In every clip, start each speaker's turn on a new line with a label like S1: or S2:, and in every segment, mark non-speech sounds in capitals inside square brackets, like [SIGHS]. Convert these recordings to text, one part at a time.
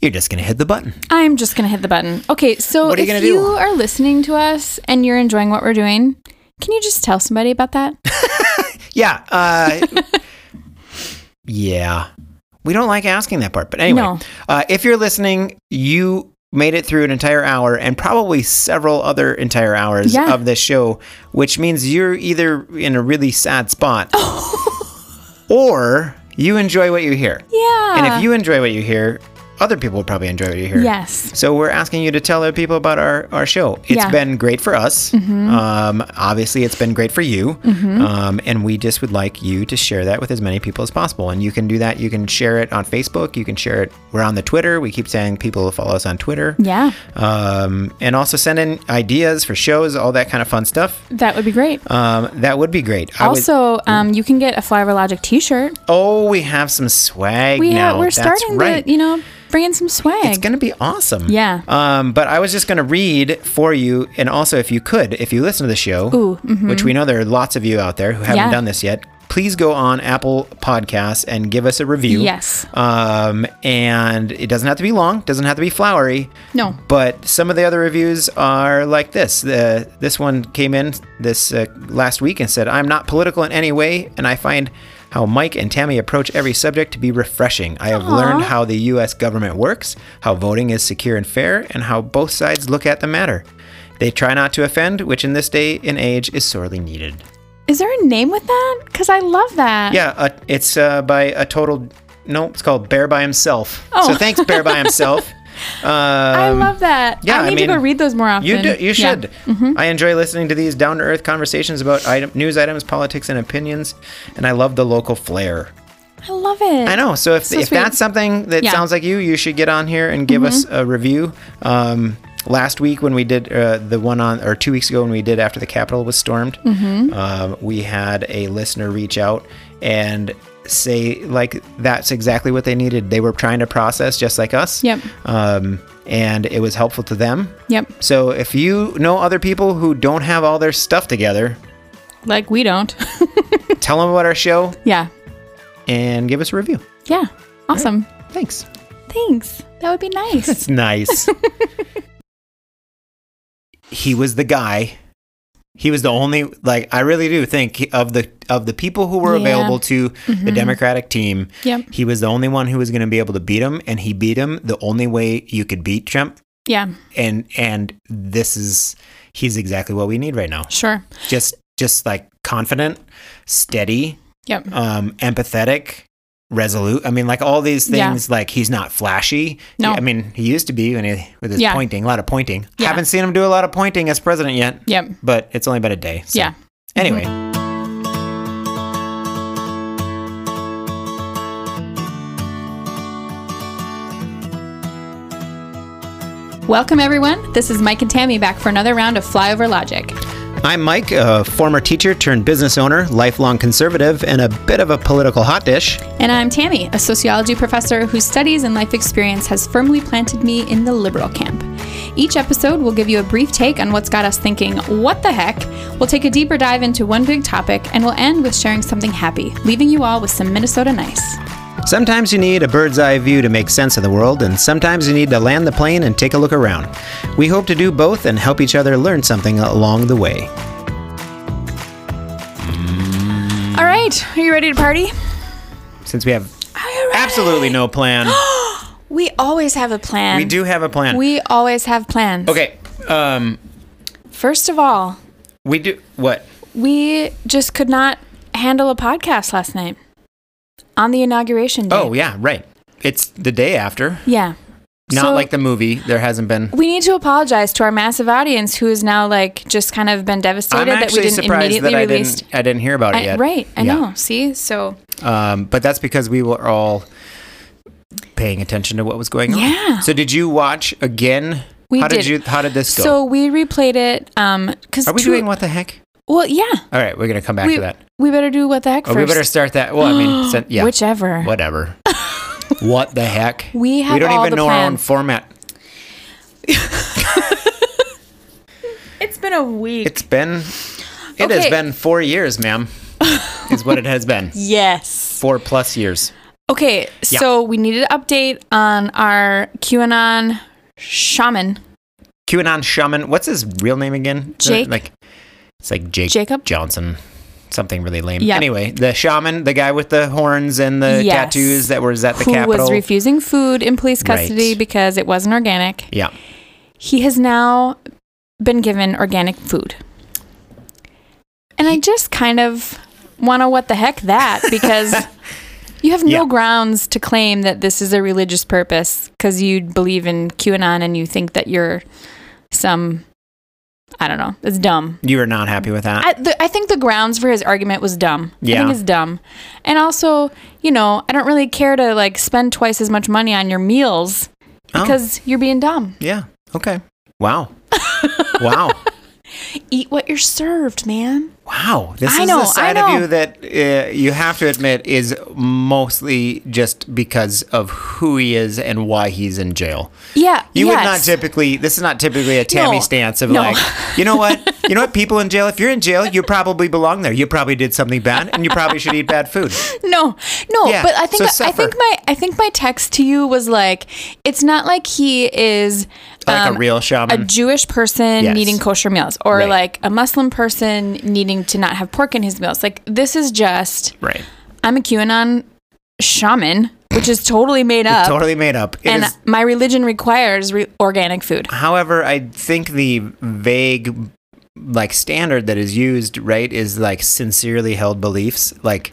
S1: You're just going to hit the button.
S2: I'm just going to hit the button. Okay, so
S1: What are you
S2: if
S1: gonna do?
S2: you are listening to us and you're enjoying what we're doing, can you just tell somebody
S1: [LAUGHS]
S2: about that?
S1: Yeah. Uh, [LAUGHS] yeah. We don't like asking that part. But anyway,
S2: No.
S1: uh, if you're listening, you made it through an entire hour and probably several other entire hours
S2: Yeah.
S1: of this show, which means you're either in a really sad
S2: [LAUGHS]
S1: spot or you enjoy what you hear.
S2: Yeah.
S1: And if you enjoy what you hear, other people will probably enjoy what you hear.
S2: Yes.
S1: So we're asking you to tell other people about our, our show. It's
S2: Yeah. Mm-hmm.
S1: been great for us. Um, obviously, it's been great for you. Um, and we just would like you to share that with as many people as possible. And you can do that. You can share it on Facebook. You can share it. We're on the Twitter. We keep saying people to follow us on Twitter.
S2: Yeah.
S1: Um, and also send in ideas for shows, all that kind of fun stuff.
S2: That would be great.
S1: Um, that would be great. I would-
S2: also, um, you can get a Flyover Logic T-shirt.
S1: oh, we have some swag
S2: We
S1: now.
S2: ha- we're
S1: That's
S2: starting
S1: right.
S2: to, you know, bring in some swag.
S1: It's going to be awesome.
S2: Yeah.
S1: Um, but I was just going to read for you, and also if you could, if you listen to the show, which we know there are lots of you out there who haven't
S2: mm-hmm. Yeah.
S1: done this yet, please go on Apple Podcasts and give us a review.
S2: Yes.
S1: Um, and it doesn't have to be long, doesn't have to be flowery.
S2: No.
S1: But some of the other reviews are like this. The this one came in this uh, last week and said, "I'm not political in any way, and I find." How Mike and Tammy approach every subject to be refreshing. I have learned how the US government works, how voting is secure and fair, and how both sides look at the matter. They try not to offend, which in this day and age is sorely needed.
S2: Is there a name with that? Because I love that.
S1: Yeah, uh, it's uh, by a total. No, it's called Bear by Himself. So
S2: Oh.
S1: thanks, Bear by Himself. Um,
S2: I love that.
S1: yeah,
S2: I
S1: I
S2: need to go
S1: mean,
S2: read those more often.
S1: you do, you
S2: Yeah. Mm-hmm.
S1: should. I enjoy listening to these down to earth conversations about item, news items, politics, and opinions, and I love the local flair.
S2: I love it.
S1: I know. So if,
S2: So
S1: if
S2: sweet.
S1: that's something that
S2: Yeah. Mm-hmm.
S1: sounds like you, you should get on here and give us a review. Um, last week when we did uh, the one on, or two weeks ago when we did after the Capitol was stormed,
S2: Mm-hmm.
S1: um, we had a listener reach out and say like that's exactly what they needed. They were trying to process just like us.
S2: Yep.
S1: Um, and it was helpful to them.
S2: Yep.
S1: So if you know other people who don't have all their stuff
S2: [LAUGHS]
S1: together,
S2: Like we don't. [LAUGHS]
S1: tell them about our show
S2: yeah.
S1: and give us a review.
S2: Yeah. Awesome. [LAUGHS]
S1: Thanks.
S2: Thanks. That would be
S1: [LAUGHS]
S2: nice.
S1: It's nice. he was the guy. He was the only like I really do think of the of the people who were
S2: Yeah. Mm-hmm.
S1: available to the Democratic team.
S2: Yep.
S1: He was the only one who was going to be able to beat him and he beat him the only way you could beat Trump
S2: yeah.
S1: and and this is he's exactly what we need right now.
S2: Sure.
S1: Just just like confident, steady,
S2: Yep.
S1: um, empathetic, resolute. I mean, like all these
S2: Yeah.
S1: things. Like he's not flashy.
S2: No.
S1: I mean he used to be when he with his
S2: Yeah.
S1: pointing, a lot of pointing.
S2: Yeah.
S1: Haven't seen him do a lot of pointing as president yet.
S2: Yep.
S1: But it's only been a day. so.
S2: Yeah. Mm-hmm.
S1: Anyway.
S2: Welcome everyone. This is Mike and Tammy back for another round of Flyover Logic.
S1: I'm Mike, a former teacher turned business owner, lifelong conservative, and a bit of a political hot dish.
S2: And I'm Tammy, a sociology professor whose studies and life experience has firmly planted me in the liberal camp. Each episode will give you a brief take on what's got us thinking, what the heck? We'll take a deeper dive into one big topic and we'll end with sharing something happy, leaving you all with some Minnesota nice.
S1: Sometimes you need a bird's eye view to make sense of the world, and sometimes you need to land the plane and take a look around. We hope to do both and help each other learn something along the way.
S2: All right, are you ready to party?
S1: Since we have absolutely no
S2: [GASPS]
S1: plan, [GASPS]
S2: We always have a plan.
S1: we do have a plan.
S2: We always have plans.
S1: Okay. Um,
S2: First of all,
S1: we do what?
S2: we just could not handle a podcast last night on the inauguration day.
S1: Oh yeah, right. It's the day after.
S2: yeah.
S1: Not
S2: So-
S1: like the movie. There hasn't been.
S2: We need to apologize to our massive audience who is now like just kind of been devastated
S1: I'm
S2: that we
S1: actually
S2: didn't
S1: surprised
S2: immediately
S1: that I
S2: released.
S1: didn't. I didn't hear about it
S2: I-
S1: yet.
S2: right, I
S1: Yeah.
S2: know. See, so
S1: Um, but that's because we were all paying attention to what was going on.
S2: Yeah.
S1: So did you watch again?
S2: we
S1: how did.
S2: did
S1: you? How did this go?
S2: So we replayed it. Um, because
S1: Are we doing what the heck?
S2: Well, yeah.
S1: All right, we're gonna come back
S2: We,
S1: to that.
S2: we better do what the heck
S1: Oh,
S2: first.
S1: we better start that. Well, I
S2: [GASPS]
S1: mean, sen- yeah.
S2: Whichever. [LAUGHS]
S1: Whatever. what the heck?
S2: We have
S1: We don't
S2: all
S1: even
S2: the
S1: know our own
S2: plans.
S1: format.
S2: It's been a week.
S1: It's been. It has
S2: Okay. [LAUGHS]
S1: been four years, ma'am. is what it has been.
S2: yes.
S1: Four plus years.
S2: Okay,
S1: Yeah.
S2: so we need an update on our QAnon shaman,
S1: QAnon shaman. What's his real name again? Uh,
S2: Jake.
S1: Like, it's like Jake
S2: Jacob.
S1: Johnson. Something really lame.
S2: Yep.
S1: Anyway, the shaman, the guy with the horns and the
S2: Yes.
S1: tattoos that was at the
S2: who
S1: Capitol.
S2: was refusing food in police
S1: Right.
S2: custody because it wasn't organic.
S1: yeah.
S2: He has now been given organic food. And I just kind of want to what the
S1: [LAUGHS]
S2: heck that because you have no
S1: Yeah.
S2: grounds to claim that this is a religious purpose because you believe in QAnon and you think that you're some, I don't know, it's dumb.
S1: You were not happy with that.
S2: I, the, I think the grounds for his argument was dumb. I
S1: Yeah.
S2: think it's dumb. And also, you know, I don't really care to like spend twice as much money on your meals
S1: Oh.
S2: because you're being dumb.
S1: yeah. Okay.
S2: [LAUGHS]
S1: Wow. wow.
S2: Eat what you're served, man.
S1: Wow. This
S2: I
S1: is
S2: know, I
S1: the side
S2: know.
S1: of you that uh, you have to admit is mostly just because of who he is and why he's in jail.
S2: Yeah.
S1: You
S2: yes.
S1: would not typically. This is not typically a Tammy
S2: No.
S1: stance of
S2: No.
S1: like, you know what, you know what, people in jail. If you're in jail, you probably belong there. You probably did something bad, and you probably should eat bad food.
S2: [LAUGHS] No, no.
S1: Yeah,
S2: but I think
S1: so
S2: I think
S1: suffer.
S2: my I think my text to you was like, it's not like he is
S1: Like
S2: um,
S1: a real
S2: a
S1: shaman.
S2: Jewish person
S1: Yes.
S2: needing kosher meals, or
S1: Right.
S2: like a Muslim person needing to not have pork in his meals. Like this is just
S1: right.
S2: I'm a QAnon shaman, which is totally made up.
S1: Totally made up. It
S2: and
S1: is-
S2: my religion requires re- organic food.
S1: however, I think the vague like standard that is used right is like sincerely held beliefs like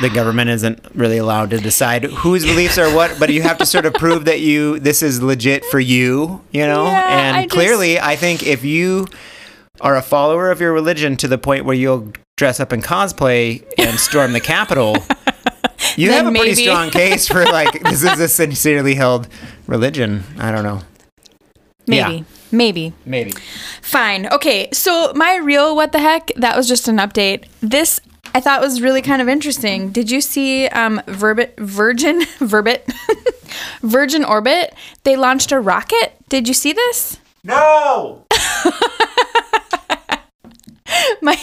S1: the government isn't really allowed to decide whose beliefs are what but you have to sort of prove that you this is legit for you you know
S2: Yeah,
S1: and
S2: I just-
S1: clearly i think if you are a follower of your religion to the point where you'll dress up in cosplay and storm the
S2: [LAUGHS]
S1: capitol you
S2: Then
S1: have a
S2: maybe.
S1: pretty strong case for like this is a sincerely held religion i don't know
S2: Maybe.
S1: Yeah.
S2: Maybe.
S1: maybe
S2: Fine. Okay. So my real what the heck? That was just an update. This I thought was really kind of interesting. Did you see um Verbit Virgin [LAUGHS] Verbit Virgin Orbit? They launched a rocket. Did you see this? [LAUGHS]
S1: no
S2: My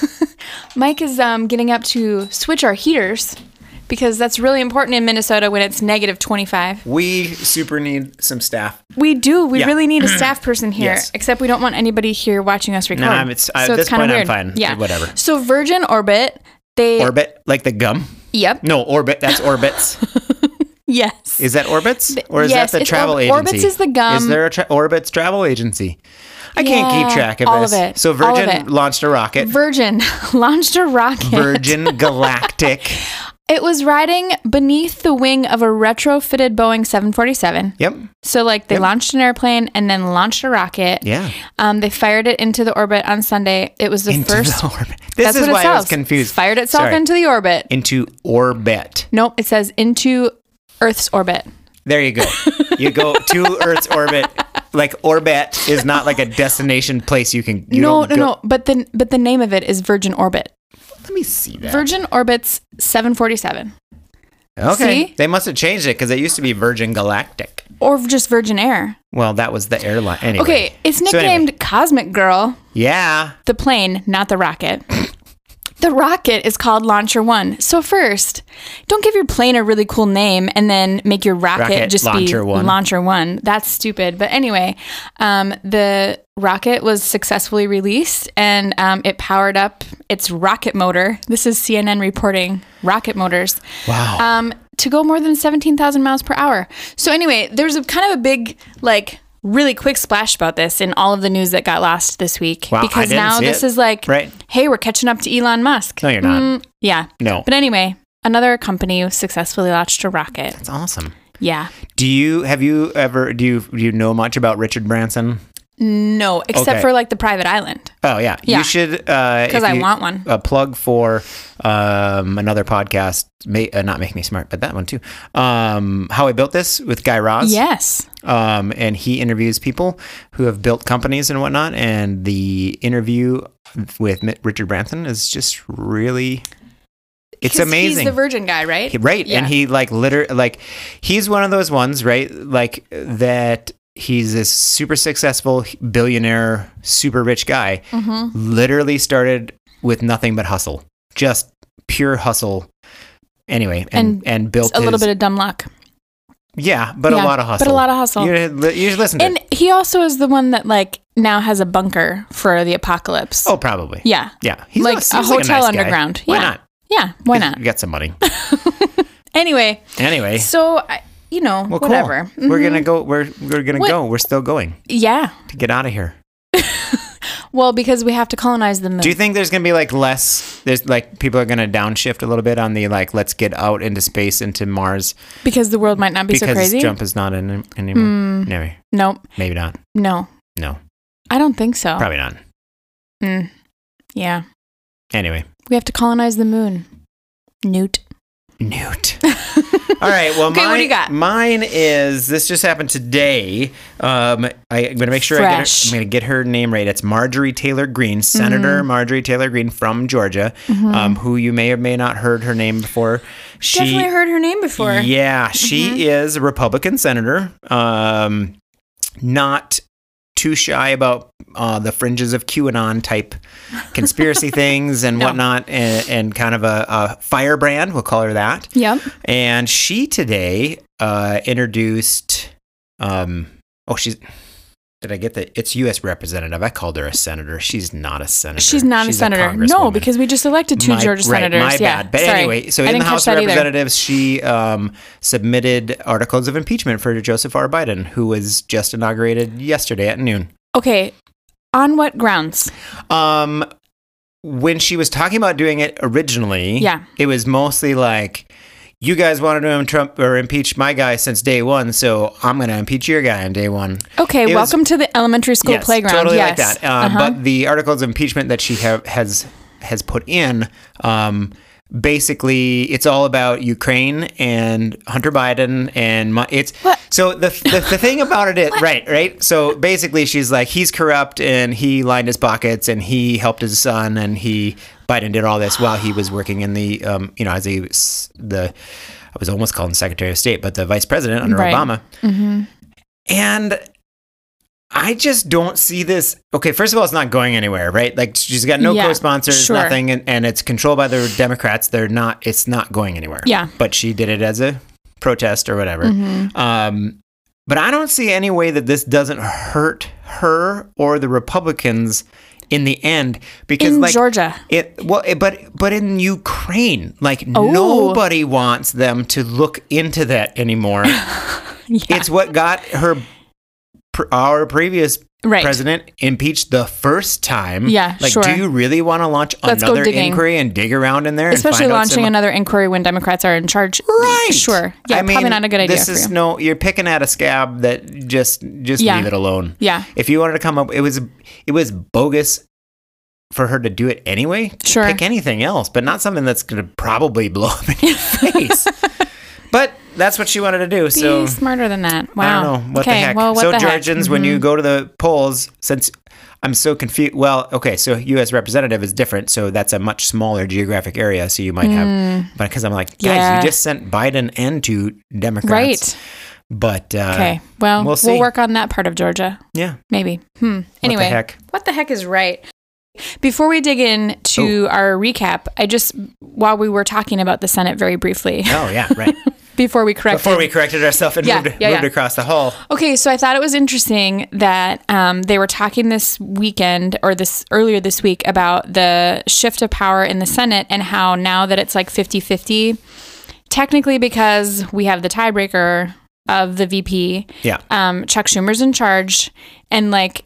S2: [LAUGHS] Mike is um getting up to switch our heaters because that's really important in Minnesota when it's negative 25.
S1: we super need some staff
S2: We do. We
S1: Yeah.
S2: really
S1: [CLEARS THROAT]
S2: need a staff person here.
S1: Yes.
S2: Except we don't want anybody here watching us record.
S1: I'm- it's- uh, at this
S2: kinda
S1: point, I'm fine. Whatever.
S2: So Virgin Orbit, they.
S1: orbit like the gum
S2: Yep.
S1: no orbit that's orbits
S2: Yes.
S1: Is that
S2: [LAUGHS]
S1: Orbitz? Or is
S2: Yes,
S1: that the
S2: it's
S1: travel
S2: Orb-
S1: agency?
S2: Orbitz is the gum.
S1: Is there a tra- Orbitz travel agency? I can't
S2: Yeah,
S1: keep track of
S2: all
S1: this.
S2: of it,
S1: So
S2: all of
S1: Virgin
S2: it.
S1: launched a
S2: [LAUGHS]
S1: rocket.
S2: Virgin launched a rocket.
S1: Virgin
S2: [LAUGHS]
S1: Galactic.
S2: It was riding beneath the wing of a retrofitted Boeing 747.
S1: Yep.
S2: So, like, they launched an airplane and then launched a rocket.
S1: Yeah.
S2: Um, they fired it into the orbit on Sunday. It was the
S1: Into
S2: first.
S1: the orbit. This
S2: [LAUGHS] that's
S1: is
S2: what it
S1: why I was
S2: says.
S1: confused.
S2: Fired itself
S1: Sorry.
S2: into the orbit.
S1: into orbit.
S2: Nope, it says into Earth's orbit.
S1: There you go. You
S2: [LAUGHS]
S1: go to Earth's orbit. Like orbit is not like a destination place you can. You
S2: no,
S1: don't
S2: no,
S1: go-
S2: no. But the but the name of it is Virgin Orbit.
S1: Let me see that.
S2: Virgin Orbit's 747,
S1: okay.
S2: see?
S1: They must have changed it because it used to be Virgin Galactic.
S2: or just Virgin Air.
S1: Well, that was the airline. Anyway.
S2: Okay, it's
S1: So anyway.
S2: nicknamed Cosmic Girl.
S1: Yeah.
S2: The plane, not the rocket. the rocket is called Launcher One. So first, don't give your plane a really cool name and then make your rocket,
S1: Rocket
S2: just
S1: Launcher
S2: be
S1: One.
S2: Launcher One. That's stupid. But anyway, um, the rocket was successfully released and um, it powered up its rocket motor. This is CNN reporting rocket motors
S1: Wow.
S2: um, to go more than 17,000 miles per hour. So, anyway, there's a kind of a big, like, really quick splash about this in all of the news that got lost this week.
S1: Wow, I
S2: because
S1: didn't
S2: now
S1: see
S2: this
S1: it.
S2: is like,
S1: Right.
S2: hey, we're catching up to Elon Musk.
S1: no, you're not.
S2: Mm. Yeah.
S1: No.
S2: But anyway, another company successfully launched a rocket.
S1: That's awesome.
S2: Yeah.
S1: Do you have you ever do you do you know much about Richard Branson?
S2: No, except
S1: Okay.
S2: for like the private island.
S1: Oh yeah,
S2: Yeah.
S1: you should because
S2: 'Cause I want one.
S1: A plug for um, another podcast, may, uh, not make me smart, but that one too. Um, How I built this with Guy Raz.
S2: Yes.
S1: um, and he interviews people who have built companies and whatnot. And the interview with Mi- Richard Branson is just really. It's
S2: 'Cause
S1: amazing.
S2: He's the virgin guy, right?
S1: He- right and he like liter like he's one of those ones right like that he's this super successful billionaire super rich guy
S2: Mm-hmm.
S1: literally started with nothing but hustle just pure hustle Anyway, and and, built
S2: a little
S1: his-
S2: bit of dumb luck.
S1: yeah, but
S2: yeah,
S1: a lot of hustle,
S2: but a lot of hustle.
S1: You, you should listen to
S2: And
S1: it.
S2: he also is the one that like now has a bunker for the apocalypse.
S1: Oh, probably.
S2: yeah,
S1: yeah. He's
S2: like a
S1: seems
S2: hotel
S1: nice guy.
S2: underground.
S1: Why
S2: Yeah.
S1: not?
S2: yeah. Why
S1: He's
S2: not?
S1: Got some
S2: [LAUGHS]
S1: money.
S2: Anyway,
S1: Anyway,
S2: so I, you know,
S1: well, cool.
S2: whatever.
S1: We're
S2: Mhm.
S1: gonna go. We're we're gonna
S2: What-
S1: go. We're still going
S2: yeah.
S1: to get out of here.
S2: Well, because we have to colonize the moon.
S1: Do you think there's gonna be like less? There's like people are gonna downshift a little bit on the like let's get out into space into Mars
S2: because the world might not be so
S1: because
S2: crazy.
S1: Trump is not in anymore.
S2: Mm.
S1: Anyway,
S2: Nope.
S1: maybe not.
S2: No.
S1: No.
S2: I don't think so.
S1: Probably not.
S2: Mm. Yeah.
S1: Anyway,
S2: We have to colonize the moon. Newt. [LAUGHS]
S1: Newt. All right. Well,
S2: Okay,
S1: mine,
S2: what do you got?
S1: mine is this just happened today. Um, I, am gonna make sure I get
S2: Fresh.
S1: her, I'm gonna get her name right. It's Marjorie Taylor Greene, Senator
S2: Mm-hmm.
S1: Marjorie Taylor Greene from Georgia, um, who you may or may not heard her name before. She
S2: Definitely heard her name before. Mm-hmm.
S1: Yeah, she is a Republican senator. Um, not too shy about uh, the fringes of QAnon
S2: [LAUGHS]
S1: type conspiracy things and whatnot, and, and kind of a, a firebrand. We'll call her that.
S2: Yep.
S1: And she today uh, introduced. Um, oh, she's. Did I get that? It's U.S. representative. I called her a senator. She's not a senator.
S2: She's not a senator. no,
S1: congresswoman.
S2: because we just elected two
S1: My-
S2: Georgia
S1: right,
S2: senators.
S1: My
S2: yeah.
S1: bad. But
S2: Sorry.
S1: anyway, so
S2: I
S1: in the
S2: didn't
S1: House
S2: catch
S1: of
S2: that either.
S1: Representatives, she um, submitted articles of impeachment for Joseph R. Biden, who was just inaugurated yesterday at noon.
S2: Okay. On what grounds?
S1: Um, when she was talking about doing it originally,
S2: Yeah.
S1: it was mostly like, "You guys wanted to Trump or impeach my guy since day one, so I'm going to impeach your guy on day one."
S2: Okay,
S1: It was-
S2: welcome to the elementary school
S1: yes,
S2: playground.
S1: Totally
S2: yes.
S1: like that. Um,
S2: Uh-huh.
S1: But the articles of impeachment that she ha- has has put in, um, basically, it's all about Ukraine and Hunter Biden and my, it's.
S2: What?
S1: So the, the the thing about it
S2: [LAUGHS]
S1: is right, right. So basically, she's like he's corrupt and he lined his pockets and he helped his son and he Biden did all this while he was working in the um, you know as a s- the. I was almost calling Secretary of State, but the Vice President under
S2: Right.
S1: Obama. And I just don't see this. Okay, first of all, it's not going anywhere, right? Like she's got no
S2: Yeah,
S1: co-sponsors,
S2: sure.
S1: nothing, and, and it's controlled by the Democrats. They're not. It's not going anywhere.
S2: Yeah. Mm-hmm.
S1: But she did it as a protest or whatever. Um, but I don't see any way that this doesn't hurt her or the Republicans in the end because
S2: in
S1: like
S2: Georgia.
S1: it well, it, but but in Ukraine, like
S2: Oh.
S1: nobody wants them to look into that
S2: [LAUGHS]
S1: anymore. It's what got her pr- our previous
S2: Right.
S1: president impeached the first time.
S2: Yeah,
S1: like
S2: sure.
S1: do you really want to launch
S2: Let's go
S1: another
S2: digging.
S1: inquiry and dig around in there,
S2: Especially
S1: and find
S2: launching
S1: out some-
S2: another inquiry when Democrats are in charge.
S1: Right.
S2: Sure. Yeah,
S1: I
S2: probably
S1: mean,
S2: not a good idea
S1: This
S2: for
S1: is
S2: you.
S1: no. You're picking at a scab that just just
S2: Yeah.
S1: leave it alone.
S2: Yeah.
S1: If you wanted to come up, it was it was bogus for her to do it anyway. To
S2: Sure.
S1: Pick anything else, but not something that's going to probably blow up in
S2: [LAUGHS]
S1: your face. but that's what she wanted to do.
S2: Be
S1: so
S2: smarter than that. Wow.
S1: I don't know what
S2: okay.
S1: the heck.
S2: Well, what
S1: so
S2: the heck? Mm-hmm.
S1: Georgians, when you go to the polls, since I'm so confused. Well, okay, so U.S. representative is different, so that's a much smaller geographic area. So you might have, but because I'm like, guys,
S2: Mm. Yeah.
S1: you just sent Biden and two Democrats,
S2: Right.
S1: But uh,
S2: Okay. Well,
S1: we'll
S2: we'll,
S1: see.
S2: work on that part of Georgia.
S1: yeah,
S2: Maybe. Hmm. Anyway.
S1: heck?
S2: What the heck is right? Before we dig in to our recap, I just while we were talking about the Senate very briefly [LAUGHS]
S1: oh yeah, right.
S2: before we correct
S1: Before we corrected ourselves and
S2: Yeah,
S1: moved,
S2: yeah,
S1: moved
S2: yeah.
S1: across the hall,
S2: Okay, so I thought it was interesting that um, they were talking this weekend or this earlier this week about the shift of power in the Senate and how now that it's like 50 50, technically because we have the tiebreaker of the VP,
S1: yeah,
S2: um, Chuck Schumer's in charge, and like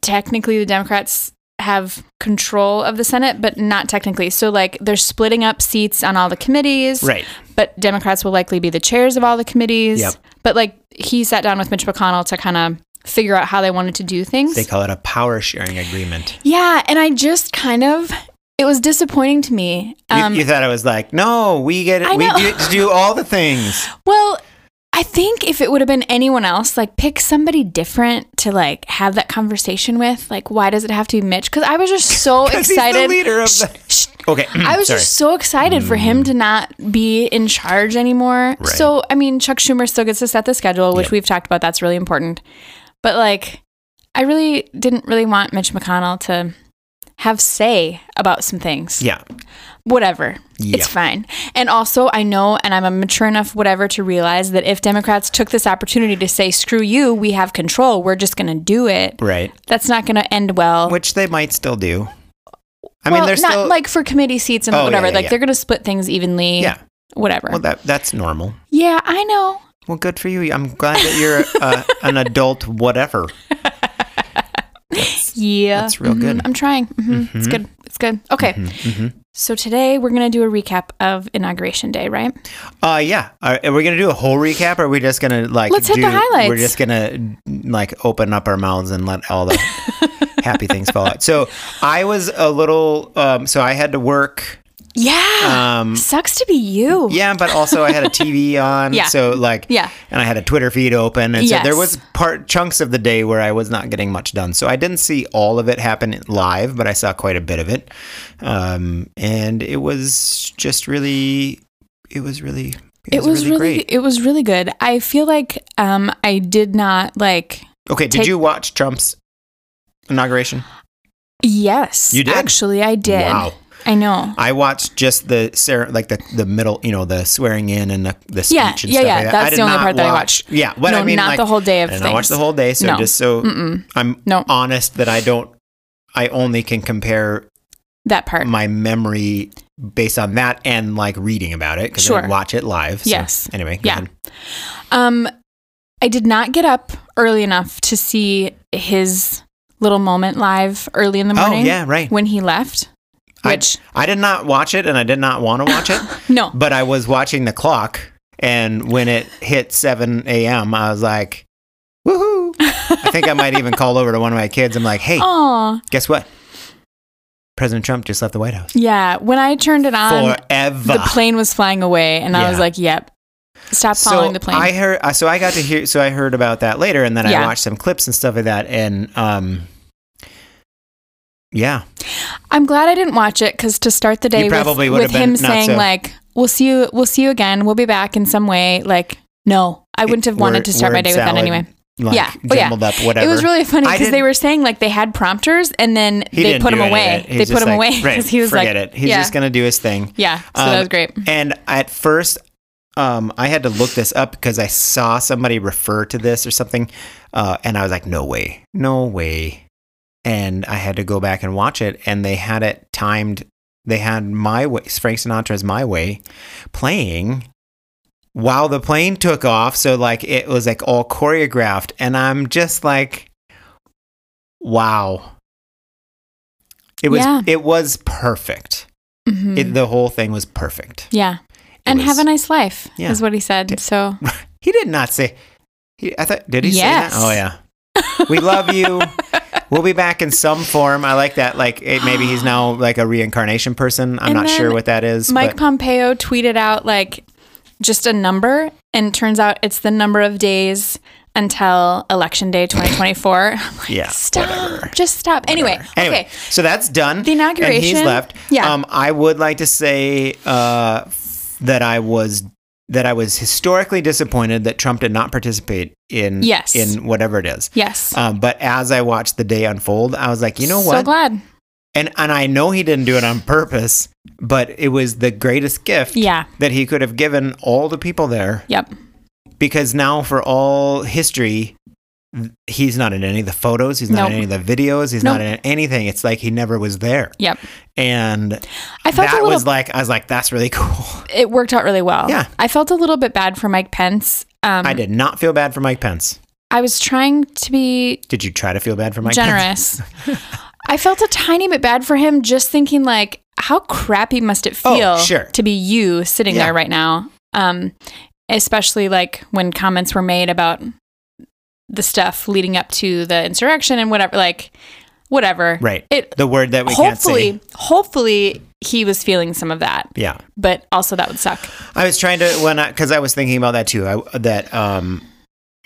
S2: technically the Democrats have control of the Senate, but not technically. So like they're splitting up seats on all the committees
S1: right,
S2: but Democrats will likely be the chairs of all the committees.
S1: Yep.
S2: But like he sat down with Mitch McConnell to kind of figure out how they wanted to do things.
S1: they call it a power sharing agreement.
S2: yeah, and I just kind of it was disappointing to me.
S1: You-
S2: Um,
S1: you, thought I was like, no, we get it.
S2: I
S1: We
S2: know.
S1: get to do all the
S2: [LAUGHS]
S1: things.
S2: well, I think if it would have been anyone else, like pick somebody different to like have that conversation with. Like, why does it have to be Mitch? Because I
S1: [LAUGHS]
S2: was just so
S1: 'Cause he's the
S2: excited.
S1: leader of the-
S2: Shh, shh.
S1: Okay, mm,
S2: I was
S1: Hmm, sorry.
S2: just so excited for him to not be in charge anymore.
S1: Right.
S2: So, I mean, Chuck Schumer still gets to set the schedule, which
S1: Yep.
S2: we've talked about. That's really important. But like, I really didn't really want Mitch McConnell to have say about some things.
S1: Yeah.
S2: Whatever.
S1: Yeah.
S2: It's fine. And also, I know, and I'm a mature enough whatever to realize that if Democrats took this opportunity to say, screw you, we have control, we're just going to do it,
S1: Right.
S2: that's not going to end well.
S1: Which they might still do. I
S2: well,
S1: mean, there's
S2: not
S1: still
S2: like for committee seats and
S1: Oh, yeah,
S2: whatever.
S1: yeah,
S2: like
S1: yeah.
S2: they're going to split things evenly.
S1: Yeah.
S2: Whatever.
S1: well that that's normal.
S2: yeah, I know.
S1: Well, good for you. I'm glad that you're
S2: [LAUGHS]
S1: uh, an adult whatever.
S2: Yeah.
S1: that's real
S2: Mhm.
S1: good. Mm-hmm.
S2: I'm trying. hmm It's good. It's good. Okay. So today we're going to do a recap of Inauguration Day, right?
S1: Uh yeah. Are, are we going to do a whole recap or are we just going to like
S2: Let's hit
S1: do,
S2: the highlights.
S1: we're just going to like open up our mouths and let
S2: [LAUGHS]
S1: all the happy things fall out. So, I was a little um so I had to work
S2: Yeah.
S1: um
S2: Sucks to be you.
S1: Yeah, but also I had a
S2: [LAUGHS]
S1: TV on,
S2: Yeah.
S1: so like,
S2: Yeah.
S1: and I had a Twitter feed open, and
S2: Yes.
S1: so there was part chunks of the day where I was not getting much done. So I didn't see all of it happen live, but I saw quite a bit of it, um, and it was just really, it was really, it,
S2: It was really,
S1: great.
S2: it was really good. I feel like um I did not like
S1: Okay, did
S2: take-
S1: you watch Trump's inauguration?
S2: Yes.
S1: You did?
S2: Actually, I did.
S1: Wow.
S2: I know.
S1: I watched just the ser- like the, the middle, you know, the swearing in and the, the speech
S2: Yeah,
S1: and
S2: yeah,
S1: stuff
S2: yeah.
S1: like that.
S2: That's
S1: I did
S2: the only
S1: not
S2: part that I
S1: watch-
S2: watched.
S1: Yeah, but
S2: no,
S1: I mean,
S2: not
S1: like,
S2: the whole day of
S1: I did
S2: things.
S1: not watch the whole day, so
S2: No. Mm.
S1: just so I'm
S2: No.
S1: honest that I don't. I only can compare
S2: that part.
S1: my memory based on that and like reading about it because I
S2: Sure.
S1: didn't watch it live. So
S2: Yes.
S1: Anyway. go
S2: Yeah.
S1: ahead.
S2: Um, I did not get up early enough to see his little moment live early in the
S1: Oh
S2: morning.
S1: yeah, right.
S2: When he left,
S1: I-
S2: which
S1: I did not watch it, and I did not want to watch
S2: [LAUGHS]
S1: it,
S2: no,
S1: but I was watching the clock, and when it hit 7 a.m., I was like, "Woohoo!" I think I might even call over to one of my kids. I'm like, "Hey,
S2: [LAUGHS] oh
S1: guess what? President Trump just left the White House
S2: yeah. When I turned it on,
S1: forever."
S2: Um, the plane was flying away, and I was
S1: Yeah.
S2: like, "Yep, stop following the plane."
S1: I heard. uh, So I got to hear. So I heard about that later, and then
S2: Yeah.
S1: I watched some clips and stuff like that. And um, yeah,
S2: I'm glad I didn't watch it because to start the day
S1: probably
S2: with,
S1: would
S2: with
S1: have been
S2: him
S1: not
S2: saying
S1: so-
S2: like, "We'll see you, we'll see you again, we'll be back in some way," like, no, I wouldn't have wanted
S1: Word-
S2: to start my
S1: word
S2: day
S1: salad,
S2: with that anyway.
S1: Like,
S2: Yeah. Oh, yeah.
S1: jumbled up whatever.
S2: It was really funny
S1: I
S2: because they
S1: didn't-
S2: were saying like they had prompters and then
S1: He
S2: they
S1: didn't
S2: put
S1: do
S2: him
S1: any of
S2: away.
S1: it. He's
S2: They put
S1: just
S2: him
S1: like,
S2: away [LAUGHS]
S1: right,
S2: because he was
S1: forget
S2: like,
S1: it. He's
S2: yeah,
S1: just gonna do his thing.
S2: yeah. So
S1: Um,
S2: that was great.
S1: And at first, um, I had to look this up because I saw somebody refer to this or something, uh, and I was like, "No way, no way!" And I had to go back and watch it, and they had it timed. They had my way, Frank Sinatra's "My Way" playing while the plane took off, so like it was like all choreographed, and I'm just like, "Wow." It was
S2: Yeah.
S1: it was perfect.
S2: Mhm.
S1: It, the whole thing was perfect.
S2: yeah, and have
S1: was-
S2: a nice life
S1: Yeah.
S2: is what he said. So
S1: [LAUGHS] He did not say. He, I thought. Did he
S2: Yes.
S1: say that? Oh yeah. We love
S2: [LAUGHS]
S1: you. we'll be back in some form. I like that. Like it, maybe he's now like a reincarnation person. I'm
S2: And
S1: not sure
S2: then
S1: what that is.
S2: Mike
S1: but
S2: Pompeo tweeted out like just a number, and turns out it's the number of days until election day 2024.
S1: [LAUGHS]
S2: [LAUGHS] I'm like,
S1: Yeah,
S2: stop,
S1: whatever.
S2: just stop. Anyway,
S1: anyway,
S2: okay.
S1: so that's done.
S2: The
S1: And he's
S2: inauguration-
S1: left.
S2: yeah.
S1: Um, I would like to say uh, that I was that I was historically disappointed that Trump did not participate in
S2: Yes.
S1: in whatever it is.
S2: Yes,
S1: Um, but as I watched the day unfold, I was like, you know what?
S2: So glad.
S1: and and I know he didn't do it on purpose, but it was the greatest gift
S2: Yeah.
S1: that he could have given all the people there
S2: Yep.
S1: because now for all history th- he's not in any of the photos, he's not
S2: Nope.
S1: in any of the videos, he's not in anything. It's like he never was there.
S2: Yep.
S1: And
S2: I felt
S1: that
S2: a little
S1: was like I was like that's really [LAUGHS] cool.
S2: it worked out really well.
S1: Yeah.
S2: I felt a little bit bad for Mike Pence. Um,
S1: I did not feel bad for Mike Pence.
S2: I was trying to be
S1: Did you try to feel bad for Mike Pence? [LAUGHS]
S2: generous. I felt a tiny bit bad for him just thinking, like, how crappy must it
S1: Oh,
S2: feel
S1: sure.
S2: to be you sitting
S1: Yeah.
S2: there right now? Um, especially like when comments were made about the stuff leading up to the insurrection and whatever, like, whatever.
S1: Right.
S2: It
S1: The word that we can't say.
S2: hopefully, hopefully he was feeling some of that,
S1: Yeah.
S2: but also that would suck.
S1: I was trying to when I because I was thinking about that too. I, that um,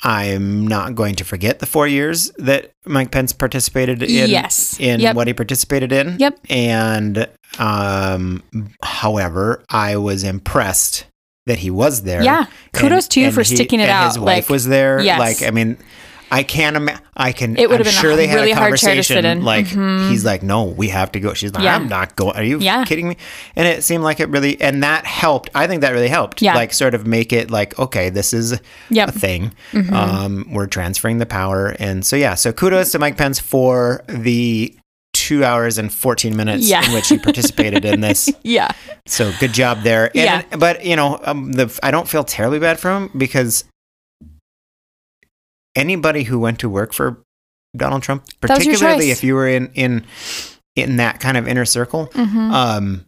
S1: I'm not going to forget the four years that Mike Pence participated in.
S2: Yes.
S1: in
S2: Yep.
S1: what he participated in.
S2: Yep.
S1: And um, however, I was impressed that he was there.
S2: Yeah. Kudos
S1: And-
S2: to you
S1: and
S2: for
S1: he-
S2: sticking it
S1: and
S2: out.
S1: His wife
S2: like,
S1: was there.
S2: Yes.
S1: Like I mean. I can't. Ima- I can.
S2: It would have
S1: I'm
S2: been a
S1: sure they had
S2: really
S1: a
S2: hard chair
S1: conversation.
S2: to sit in. Mm-hmm.
S1: Like he's like, no, we have to go. She's like,
S2: Yeah.
S1: I'm not going. Are you
S2: Yeah.
S1: kidding me? And it seemed like it really, and that helped. I think that really helped.
S2: Yeah.
S1: Like sort of make it like, okay, this is
S2: Yep.
S1: a thing.
S2: Mm-hmm.
S1: Um, we're transferring the power, and so yeah. So kudos to Mike Pence for the two hours and 14 minutes
S2: Yeah.
S1: in which he participated in
S2: [LAUGHS]
S1: this
S2: [LAUGHS] Yeah.
S1: so good job there. And,
S2: Yeah.
S1: But you know, um, the I don't feel terribly bad for him because anybody who went to work for Donald Trump,
S2: That was your
S1: particularly
S2: choice.
S1: if you were in in in that kind of inner circle,
S2: hmm
S1: um,